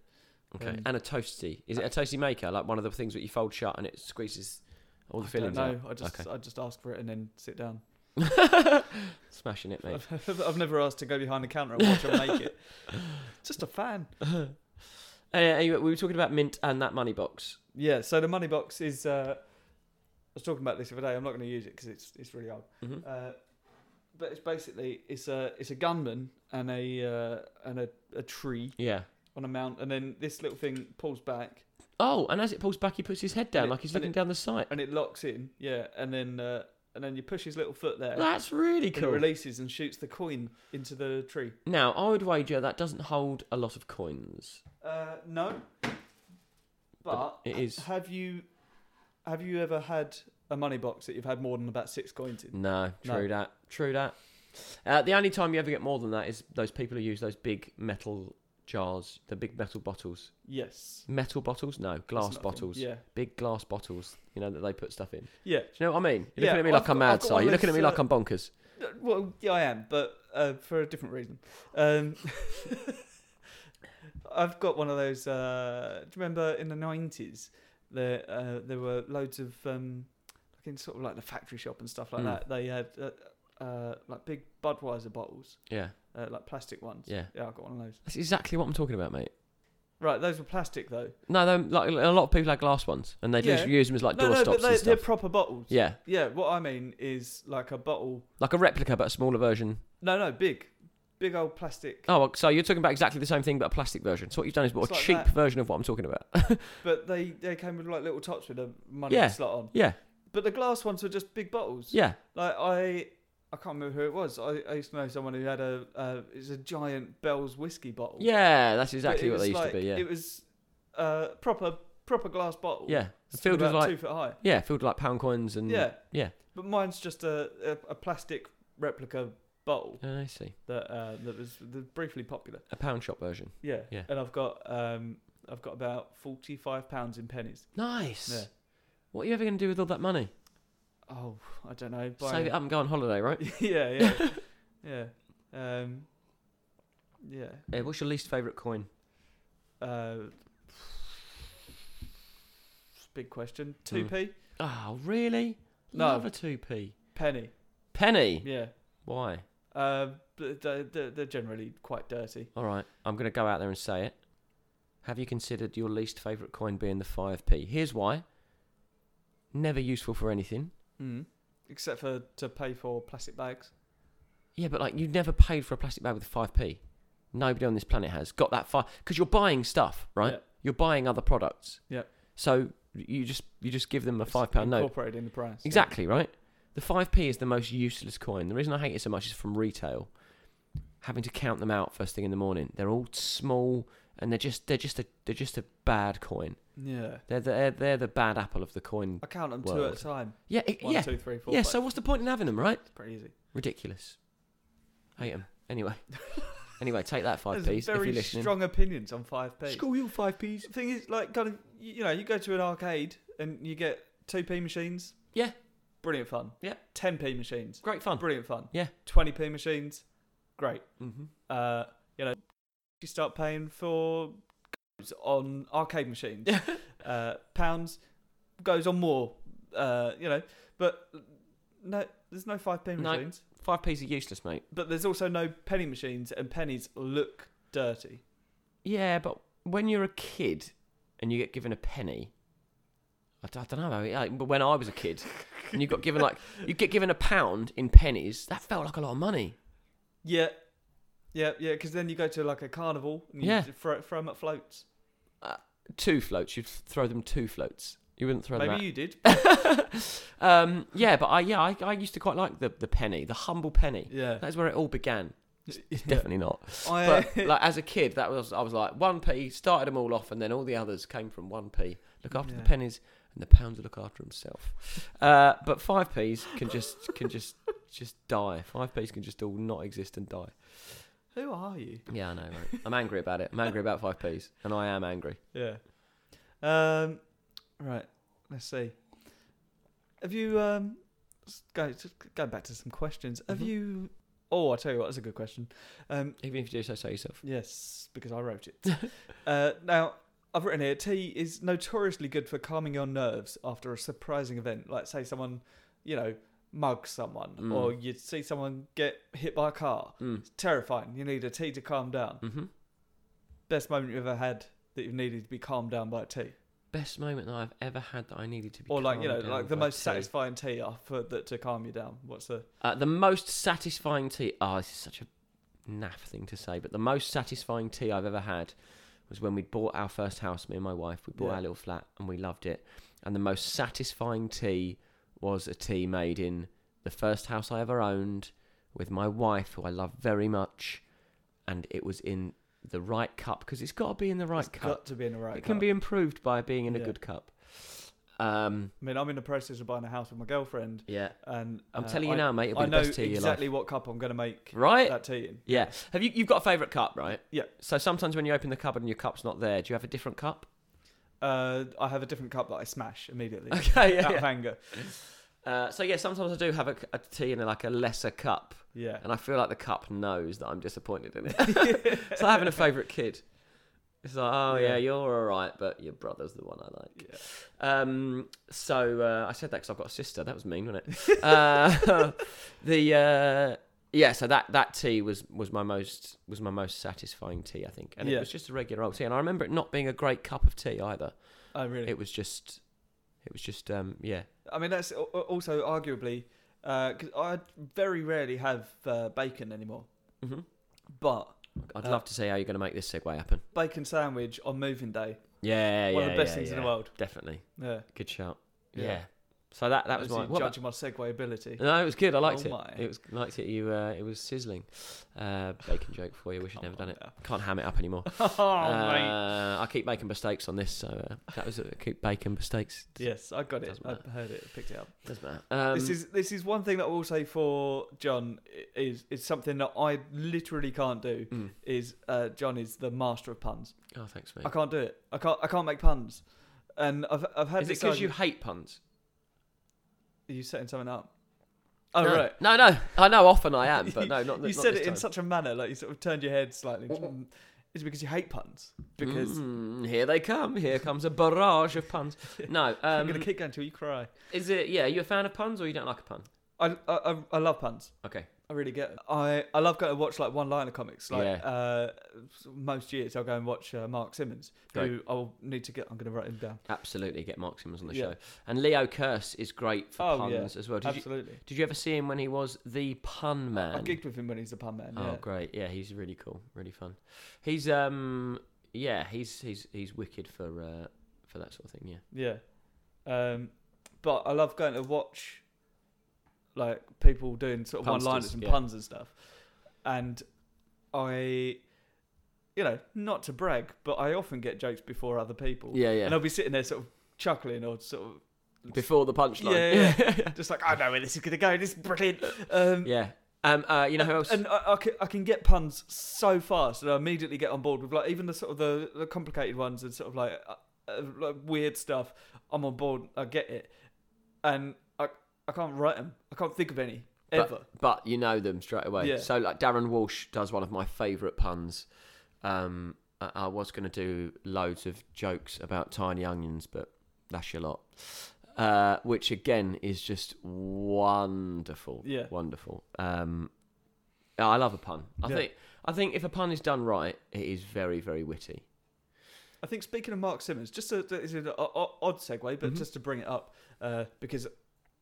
B: Okay.
A: Um,
B: and a toasty. Is it a toasty maker? Like one of the things that you fold shut and it squeezes all the
A: I don't
B: fillings
A: know.
B: out.
A: I just,
B: Okay.
A: I just ask for it and then sit down.
B: Smashing it, mate.
A: I've, I've never asked to go behind the counter and watch them make it. Just a fan.
B: Uh, anyway, we were talking about mint and that money box.
A: Yeah, so the money box is. Uh, I was talking about this the other day. I'm not going to use it because it's it's really old.
B: Mhm.
A: Uh, but it's basically it's a it's a gunman and a uh, and a, a tree
B: Yeah.
A: on a mount, and then this little thing pulls back
B: Oh, and as it pulls back, he puts his head down
A: it-
B: like he's
A: and
B: looking
A: it-
B: down the sight.
A: and it locks in. Yeah, and then uh, and then you push his little foot there.
B: That's really
A: and it
B: cool.
A: releases and shoots the coin into the tree.
B: Now, I would wager that doesn't hold a lot of coins.
A: Uh, no, but,
B: But it is-
A: Have you have you ever had a money box that you've had more than about six coins in?
B: No,
A: No.
B: true that. True that. Uh, the only time you ever get more than that is those people who use those big metal jars, the big metal bottles.
A: Yes.
B: Metal bottles? No,
A: That's
B: glass
A: nothing.
B: bottles.
A: Yeah.
B: Big glass bottles, you know, that they put stuff in. Do
A: Yeah.
B: you know what I mean? You're
A: Yeah,
B: looking at me
A: I've
B: like
A: got-
B: I'm mad,
A: I've got one
B: Si.
A: of
B: You're looking at me
A: those,
B: like I'm bonkers.
A: Uh, Well, yeah, I am, but uh, for a different reason. Um, I've got one of those. Uh, do you remember in the nineties there uh, there were loads of um, like in sort of like the factory shop and stuff like
B: Mm.
A: that. They had uh, uh, like big Budweiser bottles,
B: Yeah,
A: uh, like plastic ones.
B: yeah.
A: Yeah, I got one of those.
B: That's exactly what I'm talking about, mate.
A: Right, those were plastic though.
B: No, they like a lot of people had glass ones, and they
A: Yeah.
B: just use them as like
A: no, no, but
B: doorstops
A: they,
B: and
A: they're
B: stuff.
A: proper bottles.
B: Yeah,
A: Yeah, what I mean is like a bottle.
B: like a replica, but a smaller version.
A: No, no, big, big old plastic.
B: Oh, well, so you're talking about exactly the same thing, but a plastic version. So what you've done is bought
A: It's
B: a
A: like
B: cheap
A: that.
B: version of what I'm talking about.
A: But they they came with like little tops with a money
B: Yeah.
A: slot on.
B: yeah,
A: But the glass ones were just big bottles.
B: yeah.
A: Like I, I can't remember who it was. I, I used to know someone who had a, uh, it's a giant Bell's whiskey bottle.
B: Yeah, that's
A: But
B: exactly
A: it
B: what
A: was
B: they used
A: like-
B: to be. Yeah,
A: It was uh, proper proper glass bottle.
B: yeah.
A: It's
B: Filled with
A: about
B: like
A: two foot high.
B: yeah, filled with like pound coins and
A: Yeah,
B: yeah.
A: but mine's just a, a, a plastic replica bottle
B: Oh, I see.
A: that uh, that was the, briefly popular.
B: A pound shop version.
A: Yeah.
B: Yeah.
A: And I've got um, I've got about forty-five pounds in pennies.
B: Nice.
A: Yeah.
B: What are you ever going to do with all that money?
A: Oh, I don't know.
B: Save it up and go on holiday, right?
A: yeah, yeah, yeah. Um, yeah.
B: Uh, what's your least favourite coin?
A: Uh, big question. Two
B: Mm.
A: p
B: Oh, really?
A: No.
B: Love a 2p.
A: penny.
B: Penny?
A: Yeah.
B: Why?
A: Uh, but they're, they're they're generally quite dirty.
B: All right, I'm going to go out there and say it. Have you considered your least favourite coin being the 5p? Here's why. Never useful for anything.
A: Mm. Except for to pay for plastic bags.
B: Yeah, but like you've never paid for a plastic bag with 5p. Nobody on this planet has got that far because you're buying stuff, right?
A: Yeah.
B: You're buying other products.
A: Yeah.
B: So you just you just give them a
A: It's
B: 5 pound note.
A: incorporated in the price. yeah.
B: Exactly, right? The 5p is the most useless coin. The reason I hate it so much is from retail. Having to count them out first thing in the morning. They're all small and they're just they're just a they're just a bad coin.
A: Yeah.
B: They're the, they're, they're the bad apple of the coin.
A: I count them two
B: World.
A: at a time.
B: Yeah, it,
A: One,
B: yeah.
A: two, three, four,
B: yeah,
A: five.
B: so what's the point in having them, right?
A: It's pretty easy.
B: Ridiculous. Hate them. Anyway. anyway, take that five
A: There's
B: P's if you're
A: very
B: listening.
A: strong opinions on five p.
B: Screw you, five P's.
A: The thing is, like, kind of, you you know, you go to an arcade and you get two p machines.
B: Yeah.
A: Brilliant fun.
B: Yeah.
A: Ten p machines.
B: Great fun.
A: Brilliant fun.
B: Yeah.
A: Twenty p machines. Great.
B: Mm-hmm.
A: Uh, you know, you start paying for goes on arcade machines. uh, pounds goes on more. Uh, you know, but no, there's no five p
B: No.
A: machines.
B: Five P's are useless, mate.
A: But there's also no penny machines, and pennies look dirty.
B: Yeah, but when you're a kid and you get given a penny, I, d- I don't know. I mean, like, but when I was a kid and you got given like you get given a pound in pennies, that felt like a lot of money.
A: Yeah, yeah, yeah. Because then you go to like a carnival and you
B: Yeah.
A: throw, throw 'em at floats.
B: Two floats, you'd throw them two floats. You wouldn't throw them.
A: Maybe
B: at-
A: you did.
B: um, yeah, but I yeah I, I used to quite like the the penny, the humble penny.
A: Yeah,
B: That's where it all began.
A: Yeah.
B: Definitely not.
A: I,
B: But like as a kid, that was I was like one p started them all off, and then all the others came from one p. Look after
A: Yeah.
B: the pennies, and the pounds will look after himself. Uh, but five p's can just can just just die. Five p's can just all not exist and die.
A: who are you?
B: Yeah, I know. Right? I'm angry about it. I'm angry about five p's, and I am angry.
A: Yeah. Um. Right. Let's see. Have you um? s- Go just going back to some questions. Have
B: Mhm.
A: you? Oh, I tell you what, that's a good question. Um.
B: Even if you do so, say yourself.
A: Yes, because I wrote it. uh. Now. I've written here, tea is notoriously good for calming your nerves after a surprising event. Like, say, someone, you know, mugs someone,
B: Mm.
A: or you see someone get hit by a car.
B: Mm.
A: It's terrifying. You need a tea to calm down.
B: hmm
A: Best moment you've ever had that you've needed to be calmed down by a tea.
B: Best moment that I've ever had that I needed to be.
A: or like you know
B: calmed down
A: like the
B: by
A: most
B: tea.
A: satisfying tea for that to calm you down what's the
B: Uh, the most satisfying tea. Oh, this is such a naff thing to say, but the most satisfying tea I've ever had was when we bought our first house. Me and my wife, we bought
A: Yeah.
B: our little flat, and we loved it. And the most satisfying tea was a tea made in the first house I ever owned with my wife, who I love very much, and it was in the right cup because it's got to be in the right
A: it's
B: cup.
A: got to be in the right
B: it can
A: cup.
B: be improved by being in a
A: Yeah.
B: good cup. Um,
A: i mean i'm in the process of buying a house with my girlfriend
B: yeah,
A: and
B: I'm
A: uh,
B: telling you
A: I,
B: now, mate, it'll be
A: i
B: the
A: know
B: best tea of your life.
A: exactly what cup i'm going to make
B: Right?
A: that tea in
B: Yeah. Have you you've got a favourite cup, right?
A: Yeah.
B: So sometimes when you open the cupboard and your cup's not there, do you have a different cup?
A: uh, i have a different cup that i smash immediately
B: Okay, yeah,
A: out
B: yeah.
A: of anger
B: Uh, so yeah, sometimes I do have a, a tea in like a lesser cup,
A: yeah
B: and I feel like the cup knows that I'm disappointed in it. it's like having a favourite kid. It's like, oh yeah,
A: Yeah.
B: you're all right, but your brother's the one I like.
A: yeah.
B: Um, so uh, I said that because I've got a sister. That was mean, wasn't it? uh, the uh, yeah, so that that tea was was my most was my most satisfying tea, I think, and
A: Yeah.
B: it was just a regular old tea. And I remember it not being a great cup of tea either.
A: oh really
B: It was just, it was just um, yeah,
A: i mean that's al- al- also arguably because i very rarely have uh, bacon anymore
B: Mhm.
A: but
B: I'd
A: Mm-hmm. Uh,
B: love to see how you're going to make this segue happen.
A: bacon sandwich on moving day
B: Yeah, yeah,
A: one of the best
B: yeah,
A: things in
B: yeah.
A: the world
B: Definitely,
A: yeah
B: good shout.
A: Yeah.
B: Yeah, So that that was
A: As
B: my.
A: you
B: what about-
A: judging my segue ability.
B: no, it was good. I liked
A: Oh
B: it.
A: my.
B: It was liked it. You, uh, it was sizzling. Uh, bacon joke for you. Wish I'd
A: Come
B: never done
A: on
B: it.
A: now.
B: Can't ham it up anymore.
A: Oh, mate.
B: uh, I keep making mistakes on this, so uh, that was a, keep making mistakes.
A: Yes, I got it.
B: doesn't
A: I
B: matter.
A: heard it. Picked it up.
B: Doesn't matter. Um,
A: this is this is one thing that I will say for John i- is is something that I literally can't do.
B: mm.
A: Is uh, John is the master of puns.
B: Oh, thanks, mate.
A: I can't do it. I can't. I can't make puns. And I've I've had
B: Is it
A: this
B: because
A: on-
B: you hate puns?
A: Are you setting something up? Oh
B: no.
A: right.
B: No, no. I know often I am, but no, not
A: you
B: not
A: said
B: this
A: it in
B: time.
A: such a manner, like you sort of turned your head slightly.
B: What- what-
A: It's because you hate puns. Because
B: Mm, here they come. Here comes a barrage of puns. No,
A: I'm
B: um,
A: gonna keep going till you cry.
B: is it? Yeah, you a fan of puns or you don't like a pun?
A: I I, I, I love puns.
B: Okay.
A: I really get. It. I I love going to watch like one liner comics. Like
B: Yeah.
A: uh, most years, I'll go and watch uh, Mark Simmons, who
B: Great.
A: I'll need to get. I'm going to write him down.
B: Absolutely, get Mark Simmons on the
A: Yeah.
B: show. And Leo Curse is great for
A: Oh, yeah.
B: puns as well. Did you,
A: Absolutely.
B: did you ever see him when he was the pun
A: I
B: man?
A: gigged with him when he's a pun man.
B: Oh,
A: yeah.
B: great! Yeah, he's really cool, really fun. He's um, yeah, he's he's he's wicked for uh for that sort of thing. Yeah,
A: Yeah. Um, but I love going to watch like people doing sort of one
B: Punsters,
A: liners and
B: yeah.
A: puns and stuff. And I you know, not to brag, but I often get jokes before other people.
B: yeah, yeah.
A: And I'll be sitting there sort of chuckling or sort of
B: Before the punchline.
A: Yeah, yeah, yeah. just like, I know where this is gonna go, this is brilliant. Um
B: yeah. Um, uh, you know who else?
A: And I, I, can, I can get puns so fast that I immediately get on board with like even the sort of the, the complicated ones and sort of like, uh, uh, like weird stuff. I'm on board. I get it, and I I can't write them. I can't think of any ever.
B: but you know them straight away.
A: Yeah.
B: So like Darren Walsh does one of my favourite puns. Um, I, I was going to do loads of jokes about tiny onions, but that's your lot. Uh, which again is just wonderful.
A: Yeah.
B: wonderful. Um, I love a pun. I
A: Yeah.
B: think I think if a pun is done right, it is very very witty.
A: I think speaking of Mark Simmons, just a, it's an o- o- odd segue, but
B: Mhm.
A: just to bring it up uh, because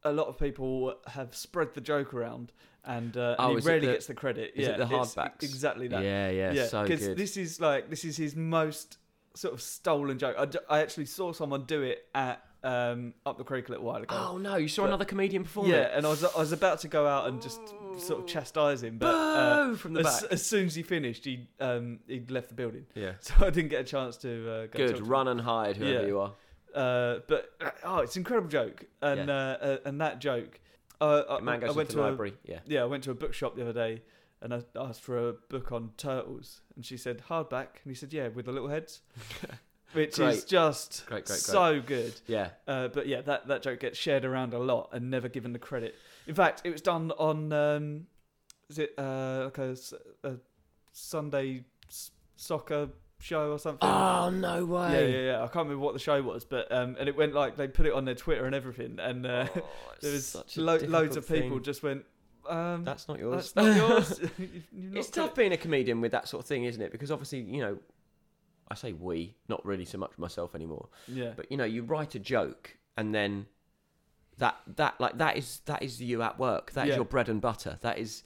A: a lot of people have spread the joke around, and, uh, and
B: Oh,
A: he
B: is it
A: rarely
B: the-
A: gets the credit.
B: is it
A: yeah,
B: the
A: it's
B: hardbacks?
A: Exactly that.
B: Yeah, yeah, so
A: because
B: good.
A: this is like this is his most sort of stolen joke. I, d- I actually saw someone do it at um, up the creek a little while ago.
B: oh no, you saw
A: But-
B: another comedian perform
A: yeah,
B: it.
A: and I was I was about to go out and just sort of chastise him, but uh,
B: Boo! from the
A: as,
B: back.
A: as soon as he finished, he um, he left the building,
B: Yeah.
A: so I didn't get a chance to uh, go. talk
B: Good.
A: to
B: Run and hide whoever
A: Yeah.
B: you are.
A: Him. Uh, but oh, it's an incredible joke, and
B: Yeah.
A: uh, uh, and that joke. Uh, I,
B: The man
A: I
B: goes
A: went
B: to
A: to a
B: the library. Yeah.
A: yeah, I went to a bookshop the other day and I asked for a book on turtles, and she said hardback, and he said yeah, with the little heads, which is
B: Great.
A: just
B: Great, great, great.
A: so good.
B: Yeah.
A: Uh, but yeah, that that joke gets shared around a lot and never given the credit. In fact, it was done on um, is it uh, like a, s- a Sunday s- soccer show or something?
B: Oh no
A: Yeah,
B: way.
A: yeah, yeah. I can't remember what the show was, but um, and it went like they put it on their Twitter and everything, and uh,
B: Oh,
A: there was lo- loads of people just went, um,
B: That's not yours.
A: that's not yours. You- you're not
B: it's
A: good.
B: tough being a comedian with that sort of thing, isn't it? Because obviously, you know, I say we, not really so much myself anymore.
A: Yeah.
B: But you know, you write a joke and then that that like that is that is you at work. That is
A: Yeah.
B: your bread and butter. That is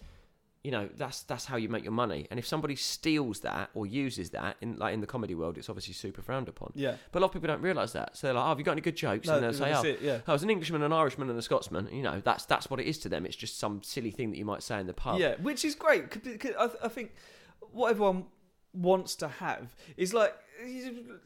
B: you know, that's that's how you make your money. And if somebody steals that or uses that in like in the comedy world, it's obviously super frowned upon.
A: yeah.
B: But a lot of people don't realise that. So they're like, Oh, have you got any good jokes?
A: No,
B: and they'll say,
A: that's
B: Oh,
A: it, yeah.
B: I was an Englishman, an Irishman, and a Scotsman. You know, that's that's what it is to them. It's just some silly thing that you might say in the pub.
A: Yeah, which is great. 'cause- because I, th- I think what everyone wants to have is like,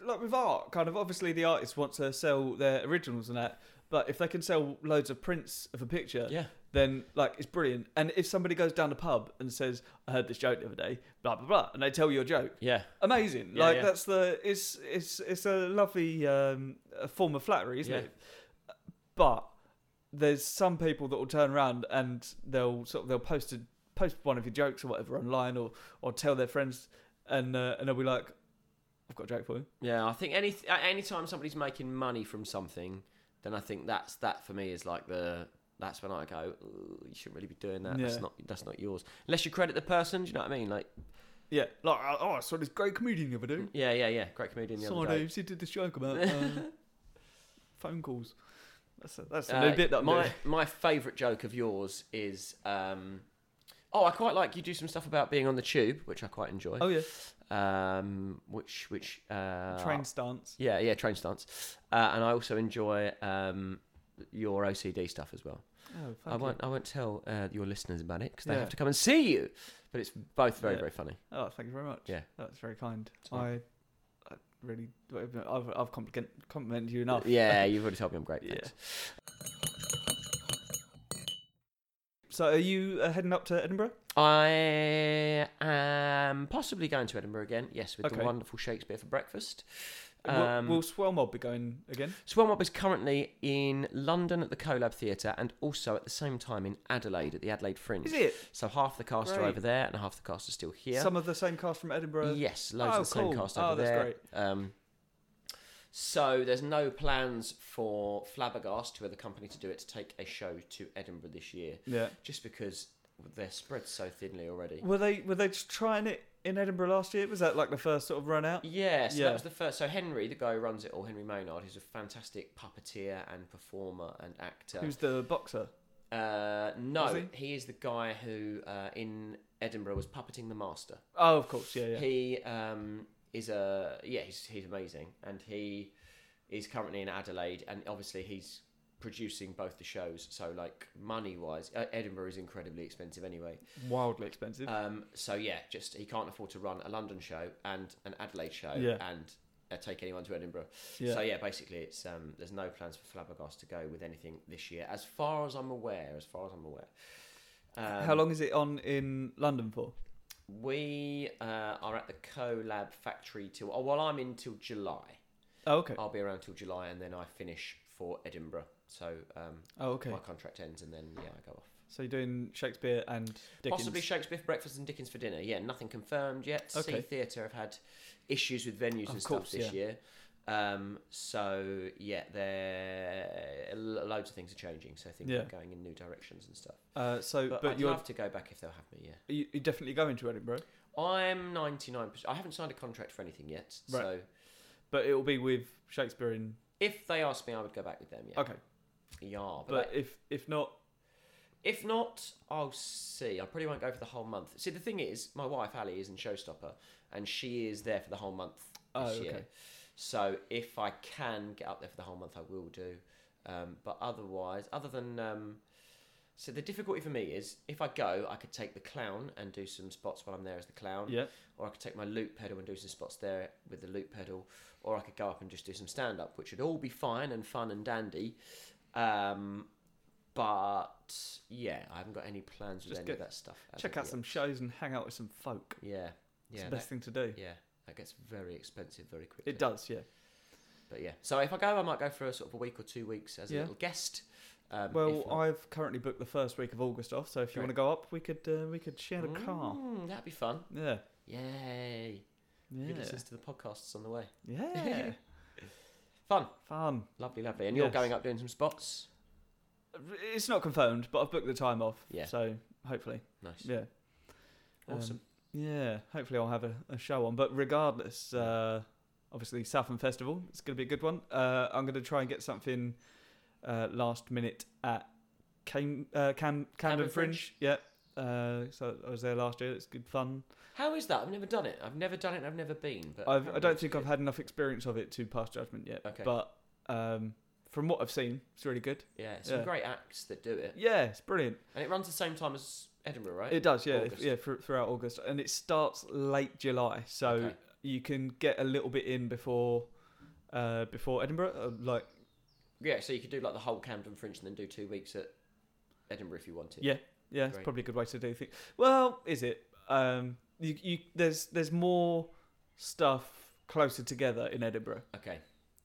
A: like with art, kind of. Obviously, the artist wants to sell their originals and that. But if they can sell loads of prints of a picture,
B: Yeah.
A: then like it's brilliant. And if somebody goes down the pub and says, "I heard this joke the other day," blah blah blah, and they tell you a joke,
B: Yeah.
A: amazing.
B: Yeah,
A: like
B: yeah.
A: that's the it's it's it's a lovely um, a form of flattery, isn't
B: Yeah.
A: it? But there's some people that will turn around and they'll sort of they'll post a, post one of your jokes or whatever online or or tell their friends and uh, and they'll be like, I've got a joke for you.
B: Yeah, I think any anytime somebody's making money from something, then I think that's that for me is like the that's when I go, "Ooh, you shouldn't really be doing that.
A: Yeah.
B: That's not that's not yours. Unless you credit the person, do you know what I mean? Like,
A: Yeah, like oh, I saw this great comedian the other day.
B: yeah, yeah, yeah, great comedian the
A: Saw
B: other day.
A: Dave, she did this joke about uh, phone calls. That's a, that's a
B: Uh,
A: new bit that I'm
B: my
A: doing.
B: my favourite joke of yours is, um, oh, I quite like you do some stuff about being on the tube, which I quite enjoy.
A: Oh yeah,
B: Um, which which uh,
A: train stance.
B: Yeah, yeah, train stance. Uh, and I also enjoy um, your OCD stuff as well.
A: Oh,
B: I won't. I won't tell uh, your listeners about it because they
A: Yeah.
B: have to come and see you. But it's both very
A: Yeah.
B: very funny.
A: Oh, thank you very much.
B: Yeah.
A: that's very kind.
B: It's all
A: I, I really, I've, I've compliment, complimented you enough.
B: Yeah, you've already told me I'm great.
A: Yeah.
B: Thanks.
A: So, are you uh, heading up to Edinburgh?
B: I am possibly going to Edinburgh again. Yes, with
A: Okay.
B: the wonderful Shakespeare for breakfast.
A: Um,
B: Um,
A: will, will Swell Mob be going again?
B: Swell Mob is currently in London at the Colab Theatre and also at the same time in Adelaide at the Adelaide Fringe.
A: Is it
B: So half the cast are
A: Great.
B: over there and half the cast are still here.
A: some of the same cast from Edinburgh?
B: Yes, loads
A: Oh,
B: of the same
A: cool.
B: cast
A: Oh,
B: over
A: that's
B: there.
A: great.
B: Um, so there's no plans for Flabbergast, who are the company to do it, to take a show to Edinburgh this year,
A: Yeah.
B: just because they're spread so thinly already.
A: Were they were they just trying it in Edinburgh last year? Was that like the first sort of run out?
B: Yeah, so
A: Yeah.
B: that was the first. So Henry, the guy who runs it all, Henry Maynard, who's a fantastic puppeteer and performer and actor.
A: Who's the boxer?
B: uh,
A: Was
B: no,
A: he?
B: he? is the guy who uh, in Edinburgh was puppeting the master.
A: Oh, of course. Yeah, yeah.
B: He um, is a yeah, he's he's amazing, and he is currently in Adelaide, and obviously he's producing both the shows. So like money wise, uh, Edinburgh is incredibly expensive anyway.
A: Wildly expensive.
B: Um, so yeah, just he can't afford to run a London show and an Adelaide show
A: Yeah.
B: and. Uh, take anyone to Edinburgh.
A: yeah.
B: So yeah, basically, it's um, there's no plans for Flabbergast to go with anything this year, as far as I'm aware. As far as I'm aware. Um,
A: How long is it on in London for?
B: we uh, are at the CoLab factory till. Oh, well, I'm in till July.
A: Oh, okay.
B: I'll be around till July, and then I finish for Edinburgh. So um,
A: Oh, okay.
B: my contract ends, and then yeah, I go off.
A: So you're doing Shakespeare and Dickens.
B: Possibly Shakespeare for breakfast and Dickens for dinner. Yeah, nothing confirmed yet.
A: Okay.
B: C Theatre have had issues with venues
A: Of
B: and
A: course,
B: stuff this year. Um, so yeah, there lo- loads of things are changing. So things
A: Yeah.
B: are going in new directions and stuff.
A: Uh, so,
B: But,
A: but,
B: I'd
A: you're
B: love to go back if they'll have me. Yeah.
A: you, you're definitely going to Edinburgh,
B: I'm 99%. I haven't signed a contract for anything yet.
A: Right.
B: So
A: but it'll be with Shakespeare in.
B: if they asked me, I would go back with them. Yeah.
A: Okay,
B: Yeah.
A: but
B: But,
A: if if not,
B: if not, I'll see. I probably won't go for the whole month. See, the thing is, my wife, Ali, is in Showstopper and she is there for the whole month
A: oh,
B: this
A: okay.
B: year. So if I can get up there for the whole month, I will do. Um, but otherwise, other than. Um, so the difficulty for me is if I go, I could take the clown and do some spots while I'm there as the clown.
A: Yeah.
B: or I could take my loop pedal and do some spots there with the loop pedal, or I could go up and just do some stand up, which would all be fine and fun and dandy. Um, but yeah, I haven't got any plans with
A: Just
B: any of
A: go-
B: that stuff. as
A: Check
B: of
A: out
B: yet.
A: some shows and hang out with some folk.
B: Yeah,
A: it's
B: yeah,
A: the
B: that,
A: best thing to do.
B: yeah. That gets very expensive very quickly.
A: It does, yeah.
B: but yeah. So if I go, I might go for a sort of a week or two weeks as a
A: Yeah.
B: little guest. Um, if
A: Well,
B: not-
A: I've currently booked the first week of August off, so if you
B: Great.
A: want to go up, we could uh, we could share the car.
B: Mm, that'd be fun.
A: Yeah,
B: Yay!
A: yeah,
B: Who listens to the podcasts on the way?
A: yeah.
B: Fun,
A: Fun.
B: lovely, lovely. And you're
A: Yes.
B: going up doing some spots.
A: It's not confirmed, but I've booked the time off.
B: Yeah.
A: So hopefully,
B: Nice,
A: yeah, Um,
B: awesome.
A: yeah. Hopefully, I'll have a, a show on. But regardless, uh, obviously, Southend Festival. It's going to be a good one. Uh, I'm going to try and get something uh, last minute at Cam- uh, Cam- Camden
B: Camden
A: Fringe.
B: Fringe.
A: Yeah. Uh, so I was there last year. It's good fun.
B: How is that? I've never done it. I've never done it. and I've never been.
A: I've,
B: But
A: I
B: apparently
A: don't
B: it's
A: think
B: good.
A: I've had enough experience of it to pass judgment yet.
B: Okay.
A: But um, from what I've seen, it's really good.
B: Yeah, some
A: yeah.
B: great acts that do it,
A: Yeah, it's brilliant.
B: and it runs the same time as Edinburgh, right?
A: It does, yeah, if-
B: August.
A: yeah, thr- throughout August, and it starts late July, so
B: Okay.
A: you can get a little bit in before uh, before Edinburgh. Uh, like,
B: Yeah, so you could do like the whole Camden Fringe and then do two weeks at Edinburgh if you wanted.
A: Yeah. yeah, it's
B: Great.
A: probably a good way to do things. Well, is it? Um, you, you there's there's more stuff closer together in Edinburgh.
B: Okay.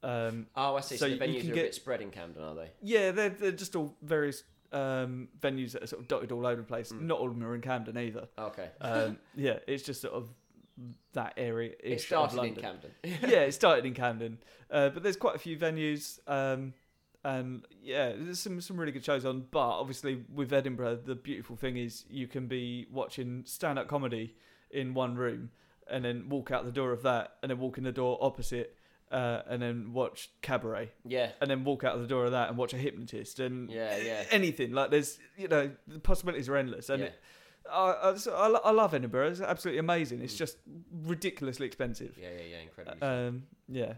A: Um,
B: Oh, I see.
A: So
B: So,
A: you-
B: the
A: you
B: venues
A: can
B: are
A: get-
B: a bit spread in Camden, are they?
A: Yeah, they're, they're just all various um, venues that are sort of dotted all over the place.
B: Mm.
A: Not all of them are in Camden either.
B: Okay.
A: Um, yeah, it's just sort of that area.
B: It started
A: of
B: in
A: London.
B: Camden.
A: yeah, it started in Camden, uh, but there's quite a few venues, um, and yeah, there's some some really good shows on. But obviously, with Edinburgh, the beautiful thing is you can be watching stand up comedy in one room, and then walk out the door of that, and then walk in the door opposite, uh, and then watch cabaret
B: yeah.
A: and then walk out the door of that and watch a hypnotist and
B: Yeah, yeah.
A: anything like there's you know the possibilities are endless and
B: yeah.
A: it, I, I, so I, lo- I love Edinburgh it's absolutely amazing it's
B: Mm.
A: just ridiculously expensive Uh,
B: Uh, yeah, yeah, yeah, incredible.
A: um yeah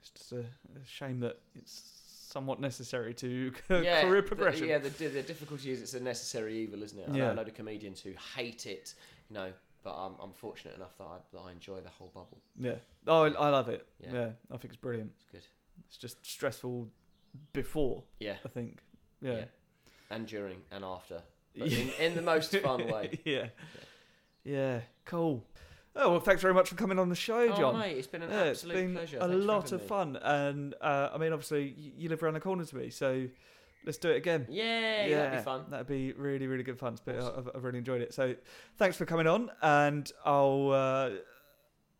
A: it's just a, a shame that it's somewhat necessary to
B: Yeah,
A: career
B: the-
A: progression.
B: yeah, the, the difficulty is it's a necessary evil, isn't it? I know
A: Yeah.
B: a load of comedians who hate it, you know, but I'm, I'm fortunate enough that I, that I enjoy the whole bubble.
A: Yeah. Oh, I I love it.
B: Yeah.
A: Yeah. I think it's brilliant.
B: It's good.
A: It's just stressful before,
B: Yeah.
A: I think. Yeah.
B: And during and after.
A: Yeah.
B: But in, in the most fun way.
A: yeah. Yeah. Cool. Oh, well, thanks very much for coming on the show, John.
B: Oh, mate, it's been an
A: yeah, it's
B: absolute
A: been
B: pleasure.
A: a
B: Thanks for
A: lot
B: having
A: of
B: me.
A: fun. And, uh, I mean, obviously, y- you live around the corner to me, so let's do it again.
B: Yeah, that'd be fun.
A: That'd be really, really good fun. It's been-
B: Awesome.
A: I've, I've really enjoyed it. So thanks for coming on. And I'll. Uh,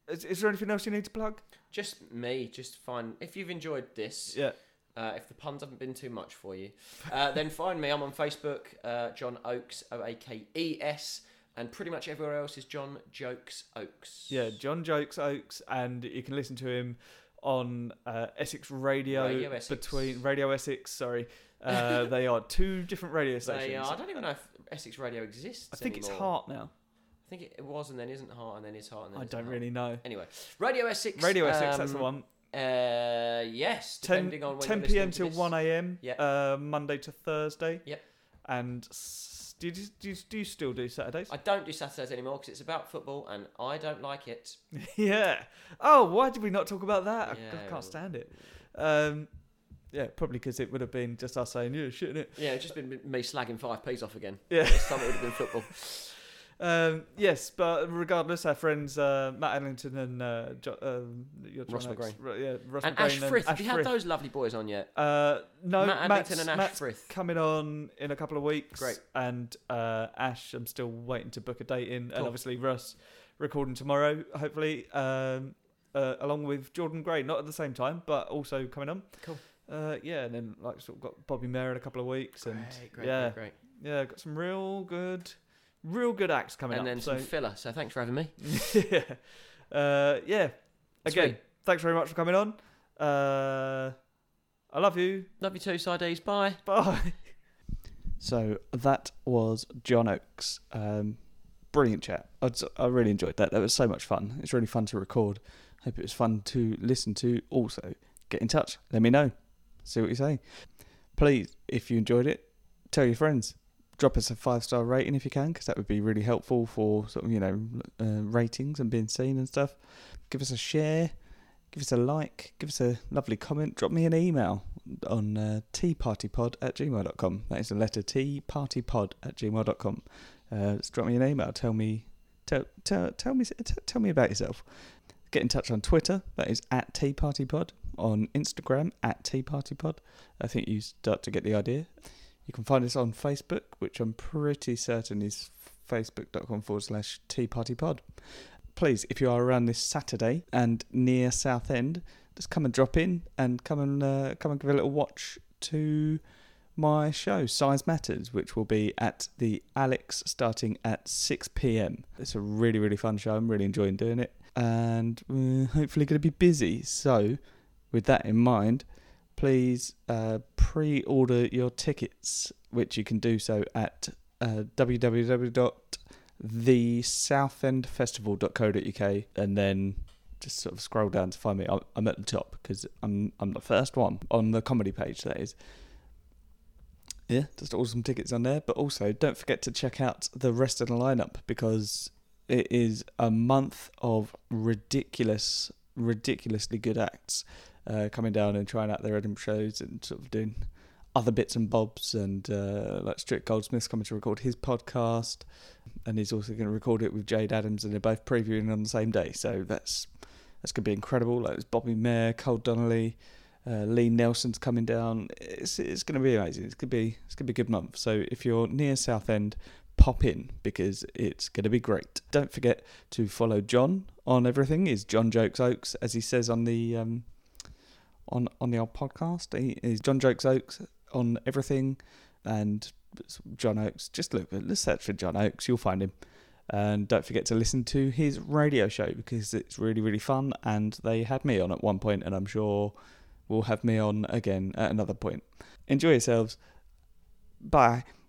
A: is, is there anything else you need to plug?
B: Just me, just fun. If you've enjoyed this,
A: Yeah.
B: Uh, if the puns haven't been too much for you, uh, then find me. I'm on Facebook, uh, John Oakes, O A K E S, and pretty much everywhere else is John Jokes Oakes.
A: Yeah, John Jokes Oaks, and you can listen to him on uh, Essex Radio,
B: Radio Essex.
A: between Radio Essex. Sorry, uh, they are two different radio
B: They are-
A: stations.
B: I don't even know if Essex Radio exists.
A: I think it's
B: anymore.
A: Heart now.
B: I think it was and then isn't Heart and then is Heart and then
A: I
B: isn't
A: don't
B: Heart.
A: really know.
B: Anyway, Radio Essex.
A: Radio Essex, that's the
B: um,
A: one.
B: Uh, yes,
A: 10,
B: depending on when
A: 10
B: you're
A: p.m.
B: listening to
A: till
B: this.
A: 1 a.m.
B: Yeah.
A: Uh, Monday to Thursday.
B: Yep.
A: And s- do you, do, you, do you still do Saturdays?
B: I don't do Saturdays anymore because it's about football and I don't like it.
A: yeah. Oh, why did we not talk about that? I-
B: Yeah,
A: I
B: well-
A: can't stand it. Um, yeah, probably because it would have been just us saying, "Yeah, shit, it."
B: Yeah, it's just been me slagging five p's off again.
A: Yeah.
B: This time it would have been football.
A: Um, yes, but regardless, our friends uh, Matt Ellington and uh, jo- um, your
B: Ross
A: John Oakes-
B: McGrain.
A: Ro- yeah, Ross
B: and
A: McGrain
B: Ash Frith.
A: And
B: Have
A: Ash
B: you had
A: Frith.
B: those lovely boys on yet?
A: Uh, no,
B: Matt
A: Matt's,
B: Addington and Ash
A: Matt's
B: Frith.
A: coming on in a couple of weeks.
B: Great.
A: And uh, Ash, I'm still waiting to book a date in,
B: Cool.
A: and obviously Russ recording tomorrow, hopefully, um, uh, along with Jordan Gray, not at the same time, but also coming on.
B: Cool.
A: Uh, yeah, and then like sort of got Bobby Mayer in a couple of weeks, and yeah,
B: great, great.
A: yeah, got some real good, real good acts coming
B: And
A: up.
B: then
A: so
B: some filler. So thanks for having me.
A: yeah. Uh, yeah. Again,
B: Sweet.
A: thanks very much for coming on. Uh, I love you.
B: Love you too, Sidees. Bye.
A: Bye.
C: So that was John Oakes. Um, brilliant chat. I, just- I really enjoyed that. That was so much fun. It's really fun to record. Hope it was fun to listen to. Also, get in touch. Let me know. See what you say. Please, if you enjoyed it, tell your friends. Drop us a five star rating if you can, because that would be really helpful for sort of you know uh, ratings and being seen and stuff. Give us a share. Give us a like, give us a lovely comment, drop me an email on uh, teapartypod at gmail.com. That is the letter T partypod at gmail.com. Uh, just drop me an email. Tell me, tell, tell, tell me, t- tell me about yourself. Get in touch on Twitter. That is at teapartypod. On Instagram at teapartypod. I think you start to get the idea. You can find us on Facebook, which I'm pretty certain is facebook.com forward slash teapartypod. Please, if you are around this Saturday and near Southend, just come and drop in and come and uh, come and give a little watch to my show Size Matters, which will be at the Alex starting at 6 p.m. It's a really really fun show. I'm really enjoying doing it, and we're hopefully going to be busy. So, with that in mind, please uh, pre-order your tickets, which you can do so at uh, www.thesouthendfestival.co.uk, and then just sort of scroll down to find me. I'm, I'm at the top because I'm I'm the first one on the comedy page. That is. Yeah, just awesome tickets on there. But also, don't forget to check out the rest of the lineup because it is a month of ridiculous, ridiculously good acts uh, coming down and trying out their Edinburgh shows and sort of doing other bits and bobs. And uh, like Stuart Goldsmith's coming to record his podcast, and he's also going to record it with Jade Adams, and they're both previewing on the same day. So that's that's going to be incredible. Like there's Bobby Mayer, Cole Donnelly, uh, Lee Nelson's coming down. It's it's going to be amazing. It's going to be it's going to be a good month. So if you're near Southend, pop in because it's going to be great. Don't forget to follow John on everything. Is John Jokes Oaks as he says on the um, on on the old podcast? He is John Jokes Oaks on everything and John Oaks. Just look, let's search for John Oaks. You'll find him. And don't forget to listen to his radio show because it's really, really fun. And they had me on at one point, and I'm sure will have me on again at another point. Enjoy yourselves. Bye.